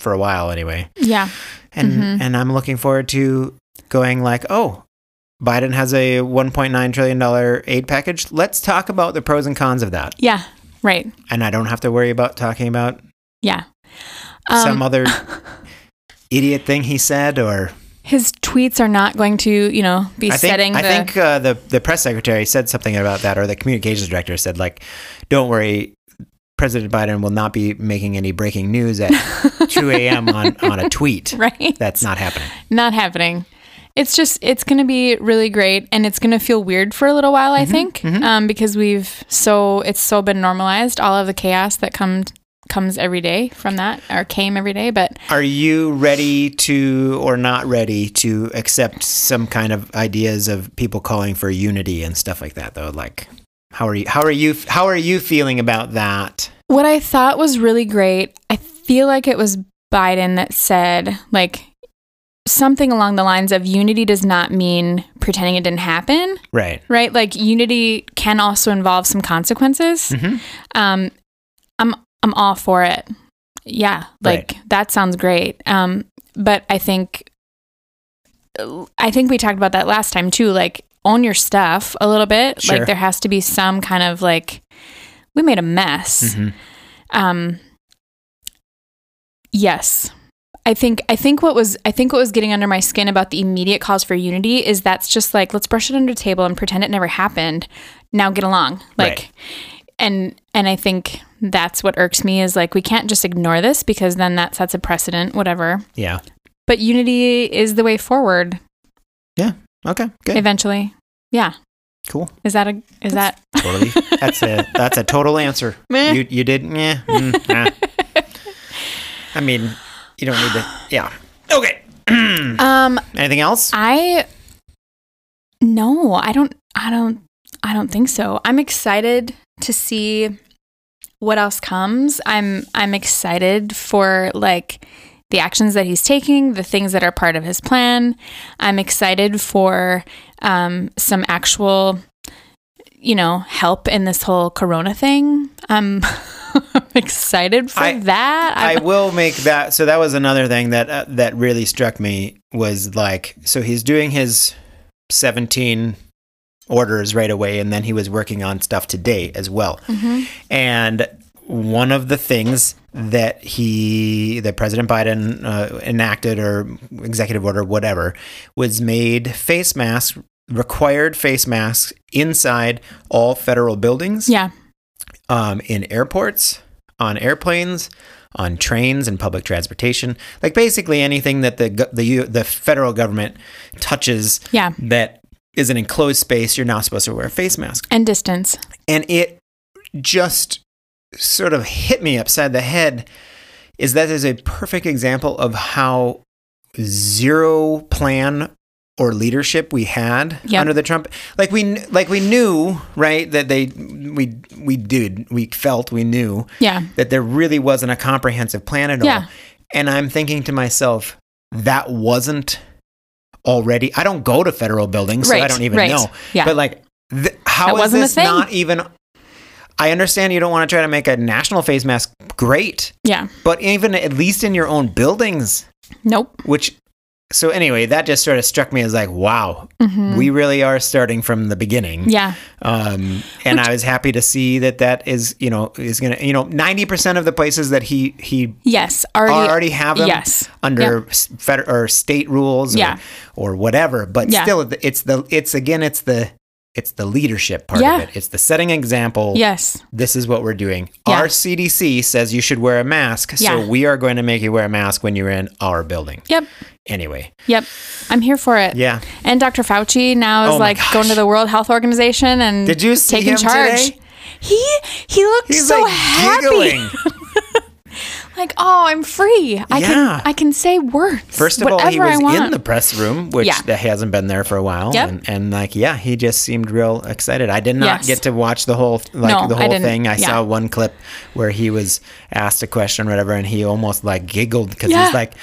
S1: for a while anyway
S2: yeah,
S1: and
S2: Mhm.
S1: and i'm looking forward to going like oh biden has a 1.9 trillion dollar aid package let's talk about the pros and cons of that
S2: yeah. Right.
S1: and i don't have to worry about talking about
S2: Yeah. Um,
S1: some
S2: [LAUGHS]
S1: other idiot thing he said, or
S2: his tweets are not going to, you know, be
S1: I think
S2: setting
S1: I
S2: the.
S1: think uh, the the press secretary said something about that, or the communications director said like, "Don't worry, President Biden will not be making any breaking news
S2: [LAUGHS]
S1: at 2 a.m. on on a tweet.
S2: [LAUGHS] Right.
S1: That's not happening."
S2: Not happening. It's just, it's going to be really great and it's going to feel weird for a little while,
S1: Mm-hmm,
S2: I think, um, because we've so, it's so been normalized, all of the chaos that comes comes every day from that or came every day, but
S1: Are you ready to or not ready to accept some kind of ideas of people calling for unity and stuff like that though? Like how are you how are you how are you feeling about that?
S2: what I thought was really great, I feel like it was Biden that said, like, something along the lines of unity does not mean pretending it didn't happen,
S1: Right.
S2: right? Like, unity can also involve some consequences.
S1: Mhm.
S2: Um, I'm, I'm all for it. Yeah. Like, that sounds great. Um, but I think, I think we talked about that last time too. Like, own your stuff a little bit.
S1: Sure.
S2: Like, there has to be some kind of like, we made a mess
S1: Mhm.
S2: um yes i think i think what was i think what was getting under my skin about the immediate calls for unity is that's just like let's brush it under the table and pretend it never happened now get along like
S1: Right.
S2: and and i think that's what irks me is like we can't just ignore this because then that sets a precedent whatever
S1: Yeah.
S2: but unity is the way forward
S1: Okay. Good.
S2: eventually yeah
S1: Cool.
S2: is that a is that
S1: Totally. That's a that's a total answer.
S2: Meh.
S1: You you did yeah. Mm, nah. I mean, you don't need to yeah. Okay. [CLEARS THROAT]
S2: um
S1: Anything else?
S2: I no, I don't I don't I don't think so. I'm excited to see what else comes. I'm I'm excited for like the actions that he's taking, the things that are part of his plan. I'm excited for um, some actual, you know, help in this whole Corona thing. I'm, [LAUGHS] I'm excited for
S1: I-
S2: that.
S1: I
S2: I'm-
S1: will make that. So that was another thing that uh, that really struck me was like, so he's doing his seventeen orders right away, and then he was working on stuff today as well. And one of the things that he, that President Biden uh, enacted or executive order, whatever, was made face masks required face masks inside all federal buildings
S2: yeah,
S1: um, in airports, on airplanes, on trains and public transportation, like basically anything that the go- the U- the federal government touches
S2: yeah,
S1: that is an enclosed space, you're not supposed to wear a face mask.
S2: and distance.
S1: And it just sort of hit me upside the head is that is a perfect example of how zero plan or leadership we had
S2: Yep.
S1: under the Trump like we kn- like we knew right that they we we did we felt we knew
S2: Yeah,
S1: that there really wasn't a comprehensive plan at
S2: Yeah.
S1: all and i'm thinking to myself that wasn't already i don't go to federal buildings so i
S2: Right,
S1: don't even
S2: right.
S1: know
S2: Yeah.
S1: but like th- how
S2: That
S1: is
S2: wasn't a
S1: this
S2: thing.
S1: not even i understand you don't want to try to make a national face mask great
S2: yeah.
S1: but even at least in your own buildings
S2: Nope.
S1: which so anyway that just sort of struck me as like wow
S2: Mhm.
S1: we really are starting from the beginning
S2: Yeah.
S1: um, and I was happy to see that that is, you know, is going to, you know, 90% of the places that he, he
S2: Yes, already.
S1: Oh, already have them
S2: yes.
S1: under s federal or state rules or,
S2: Yeah.
S1: or whatever. But
S2: Yeah.
S1: still, it's the, it's again, it's the, it's the leadership part
S2: Yeah.
S1: of it. It's the setting example.
S2: Yes.
S1: This is what we're doing.
S2: Yeah.
S1: Our CDC says you should wear a mask.
S2: Yeah.
S1: So we are going to make you wear a mask when you're in our building.
S2: Yep.
S1: Anyway.
S2: Yep. I'm here for it.
S1: Yeah.
S2: And Dr. Fauci now is
S1: Oh my
S2: like
S1: gosh.
S2: going to the World Health Organization and
S1: Did you see
S2: taking
S1: him
S2: charge.
S1: today?
S2: He he looked
S1: He's
S2: so
S1: like
S2: happy.
S1: giggling.
S2: Like, oh, I'm free. I
S1: Yeah.
S2: can I can say words.
S1: First of all, he
S2: whatever I
S1: was
S2: want.
S1: in the press room, which
S2: Yeah.
S1: that hasn't been there for a while.
S2: Yep.
S1: And, and like, yeah, he just seemed real excited. I did not
S2: Yes.
S1: get to watch the whole like
S2: No,
S1: the
S2: I
S1: whole
S2: didn't.
S1: thing. I
S2: Yeah.
S1: saw one clip where he was asked a question or whatever, and he almost like giggled because
S2: Yeah.
S1: he's like.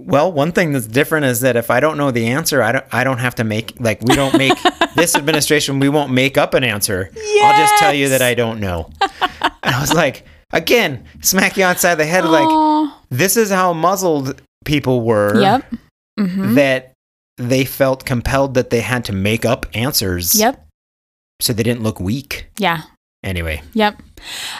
S1: Well, one thing that's different is that if I don't know the answer, I don't. I don't have to make like we don't
S2: [LAUGHS]
S1: make this administration. We won't make up an answer. I'll just tell you that I don't know. [LAUGHS] and I was like, again, smack you outside the head. Like
S2: Aw.
S1: this is how muzzled people were
S2: Yep. hmm
S1: that they felt compelled that they had to make up answers
S2: Yep.
S1: so they didn't look weak.
S2: Yeah.
S1: Anyway,
S2: Yep.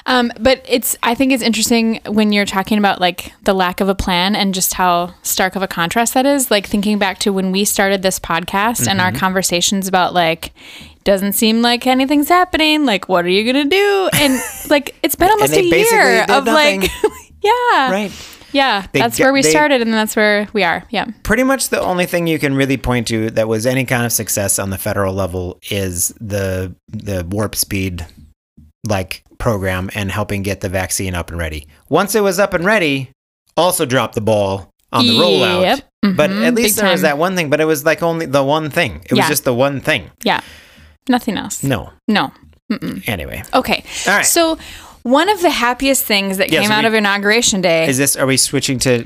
S2: Um, but it's I think it's interesting when you're talking about like the lack of a plan and just how stark of a contrast that is. Like thinking back to when we started this podcast and
S1: Mm-hmm.
S2: our conversations about like doesn't seem like anything's happening. Like what are you gonna do? And like it's been almost a
S1: they basically
S2: year
S1: did
S2: of like [LAUGHS] yeah
S1: right.
S2: yeah
S1: They
S2: that's
S1: ju-
S2: where we
S1: they-
S2: started and that's where we are. Yeah.
S1: Pretty much the only thing you can really point to that was any kind of success on the federal level is the the warp speed like program and helping get the vaccine up and ready. Once it was up and ready, also dropped the ball on the rollout.
S2: Yep.
S1: But
S2: Mhm.
S1: at least
S2: Big
S1: there was
S2: time.
S1: that one thing, but it was like only the one thing. It was
S2: Yeah.
S1: just the one thing.
S2: Yeah. Nothing else.
S1: No.
S2: No. Mm.
S1: Anyway.
S2: Okay.
S1: All right.
S2: So, one of the happiest things that
S1: Yeah,
S2: came
S1: so
S2: out
S1: we-
S2: of Inauguration Day.
S1: Is this are we switching to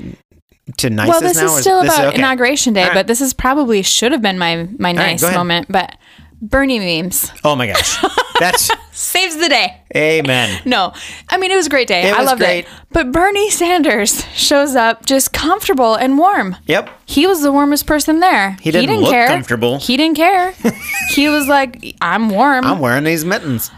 S1: to nices
S2: well, this
S1: now?
S2: is
S1: or
S2: still
S1: this
S2: about
S1: okay.
S2: Inauguration Day,
S1: All right.
S2: but this is probably should have been my, my
S1: right,
S2: nice
S1: go ahead.
S2: moment. But Bernie memes
S1: Oh my gosh.
S2: [LAUGHS]
S1: That's
S2: saves the day.
S1: amen.
S2: No, I mean it was a great day.
S1: It
S2: I
S1: was
S2: loved
S1: great.
S2: it. But Bernie Sanders shows up just comfortable and warm.
S1: Yep.
S2: He was the warmest person there.
S1: He didn't look comfortable.
S2: He didn't
S1: [LAUGHS]
S2: care. he was like, "I'm warm."
S1: I'm wearing these mittens.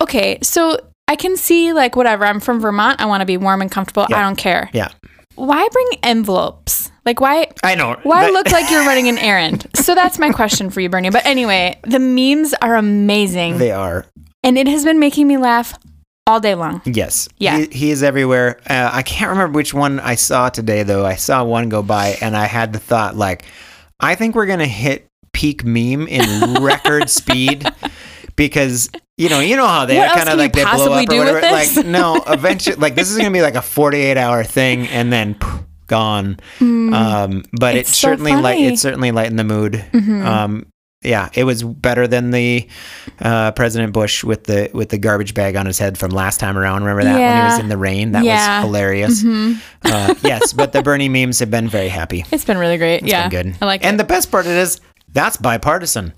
S2: okay, so I can see like whatever. I'm from Vermont. I want to be warm and comfortable. I don't care.
S1: Yeah.
S2: Why bring envelopes? Like why?
S1: I know.
S2: Why
S1: That-
S2: look like you're running an errand? So that's my question for you, Bernie. But anyway, the memes are amazing,
S1: they are?
S2: and it has been making me laugh all day long.
S1: Yes.
S2: Yeah.
S1: He, he is everywhere. Uh, I can't remember which one I saw today, though. I saw one go by, and I had the thought, like, I think we're gonna hit peak meme in
S2: [LAUGHS]
S1: record speed because you know, you know how they
S2: What else
S1: kind of
S2: can
S1: like
S2: you
S1: they blow
S2: possibly
S1: up
S2: do
S1: or
S2: with
S1: whatever.
S2: this?
S1: Like, no, eventually, like this is gonna be like a forty-eight hour thing, and then. phew, gone um but it
S2: Hmm. It's so
S1: certainly light
S2: funny. Mm-hmm.
S1: it certainly lightened the mood um yeah it was better than the uh, President Bush with the with the garbage bag on his head from last time around. Remember that when he was
S2: Yeah.
S1: in the rain? That
S2: Yeah. Mm-hmm.
S1: was hilarious. Uh, yes, but the Bernie memes have been very happy.
S2: It's been really great. [LAUGHS] yeah,
S1: Been good.
S2: I like
S1: and
S2: it.
S1: the best part of it is that's bipartisan.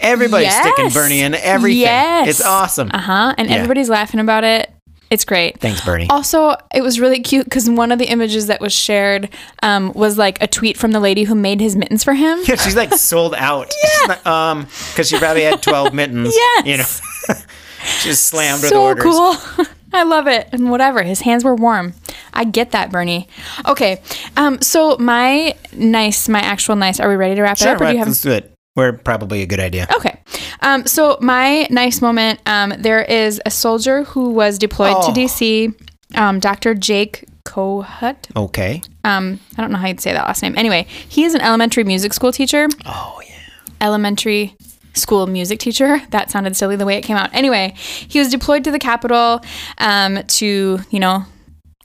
S1: Everybody's sticking
S2: Yes.
S1: Bernie in everything.
S2: Yes.
S1: It's awesome.
S2: Uh huh. And everybody's laughing about it. It's great.
S1: Thanks, Bernie.
S2: Also, it was really cute because one of the images that was shared um, was like a tweet from the lady who made his mittens for
S1: [LAUGHS]
S2: him.
S1: Yeah, she's like sold
S2: [LAUGHS]
S1: out. She's not- um, because she probably had twelve mittens.
S2: Yes.
S1: you know, [LAUGHS] just slammed with
S2: so
S1: orders.
S2: cool. [LAUGHS] I love it. And whatever, his hands were warm. I get that, Bernie. Okay. Um, so my nice, my actual nice. Are we ready to wrap it
S1: Sure,
S2: up? Or do
S1: right,
S2: you have
S1: let's do it. We're probably a good idea.
S2: Okay. Um, so my nice moment. Um, there is a soldier who was deployed
S1: Oh.
S2: to DC. Um, Dr. Jake Cohut.
S1: Okay.
S2: Um, I don't know how you'd say that last name. Anyway, he is an elementary music school teacher.
S1: Oh yeah.
S2: Elementary school music teacher. [LAUGHS] That sounded silly the way it came out. Anyway, he was deployed to the capital um, to, you know,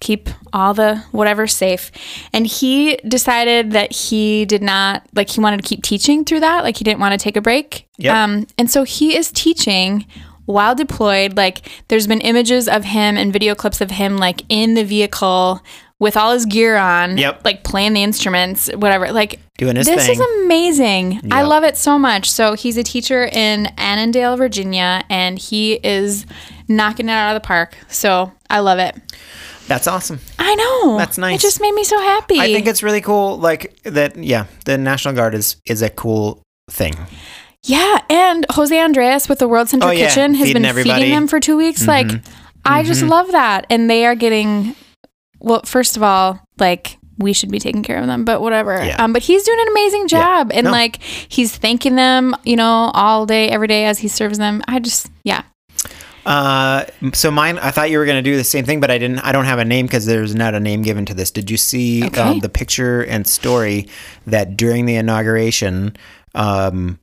S2: keep all the whatever safe. And he decided that he did not like he wanted to keep teaching through that. Like he didn't want to take a break.
S1: Yep.
S2: Um and so he is teaching while deployed. Like there's been images of him and video clips of him like in the vehicle with all his gear on.
S1: Yep.
S2: Like playing the instruments, whatever. Like
S1: Doing his
S2: this
S1: thing.
S2: is amazing. I
S1: Yep.
S2: love it so much. So he's a teacher in Annandale, Virginia, and he is knocking it out of the park. So I love it.
S1: That's awesome.
S2: I know.
S1: That's nice.
S2: It just made me so happy.
S1: I think it's really cool, like that. Yeah, the National Guard is is a cool thing.
S2: yeah, and Jose Andreas with the World Central
S1: Oh, yeah.
S2: Kitchen has
S1: Feeding
S2: been
S1: everybody. Mm-hmm.
S2: feeding them for two weeks. Like, I just love that, and they are getting. Well, first of all, like we should be taking care of them, but whatever.
S1: Yeah.
S2: Um, but he's doing an amazing job, and
S1: No.
S2: like he's thanking them, you know, all day, every day as he serves them. I just, yeah,
S1: Uh, so mine, I thought you were going to do the same thing, but I didn't. I don't have a name because there's not a name given to this. Did you see
S2: Okay.
S1: um, the picture and story that during the inauguration, um,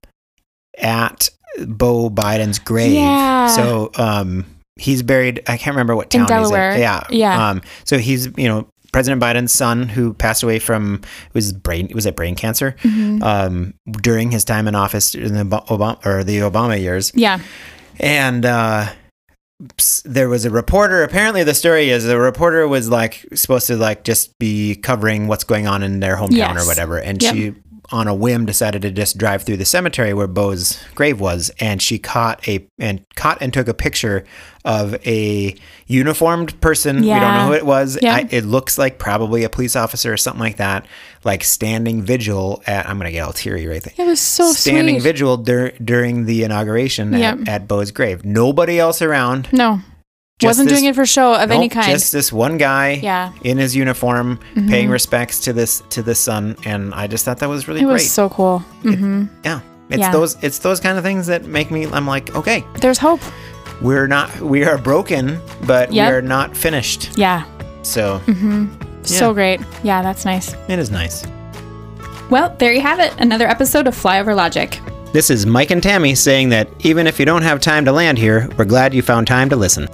S1: at Bo Biden's grave?
S2: Yeah.
S1: So um, he's buried. I can't remember what town
S2: Delaware.
S1: he's in. Yeah,
S2: Yeah.
S1: Um, so he's you know President Biden's son who passed away from it was brain it was it brain cancer
S2: Mm-hmm.
S1: um, during his time in office in the Obama or the Obama years
S2: yeah.
S1: and uh, s- there was a reporter. Apparently, the story is the reporter was like supposed to like just be covering what's going on in their hometown
S2: Yes.
S1: or whatever, and
S2: Yep.
S1: she. On a whim, decided to just drive through the cemetery where Bo's grave was, and she caught a and caught and took a picture of a uniformed person. We don't
S2: Yeah.
S1: know who it was.
S2: Yeah.
S1: I, it looks like probably a police officer or something like that, like standing vigil at. I'm gonna get all teary E right there
S2: It was so
S1: standing
S2: Oh, sweet.
S1: vigil dur- during the inauguration
S2: Yep.
S1: at, at Bo's grave. Nobody else around.
S2: no,
S1: Just
S2: wasn't
S1: this-
S2: doing it for show of any
S1: Nope,
S2: kind.
S1: Just this one guy
S2: Yeah. Mm-hmm.
S1: in his uniform paying respects to this to the son and I just thought that was really
S2: it
S1: great.
S2: was so cool. hmm
S1: yeah. It's
S2: Yeah.
S1: those it's those kind of things that make me I'm like, okay,
S2: There's hope.
S1: we're not we are broken, but
S2: Yep. Mm-hmm.
S1: we are not finished.
S2: Yeah.
S1: So
S2: So great. Yeah, that's nice.
S1: it is nice.
S2: Well, there you have it. Another episode of Flyover Logic.
S1: This is Mike and Tammy saying that even if you don't have time to land here, we're glad you found time to listen.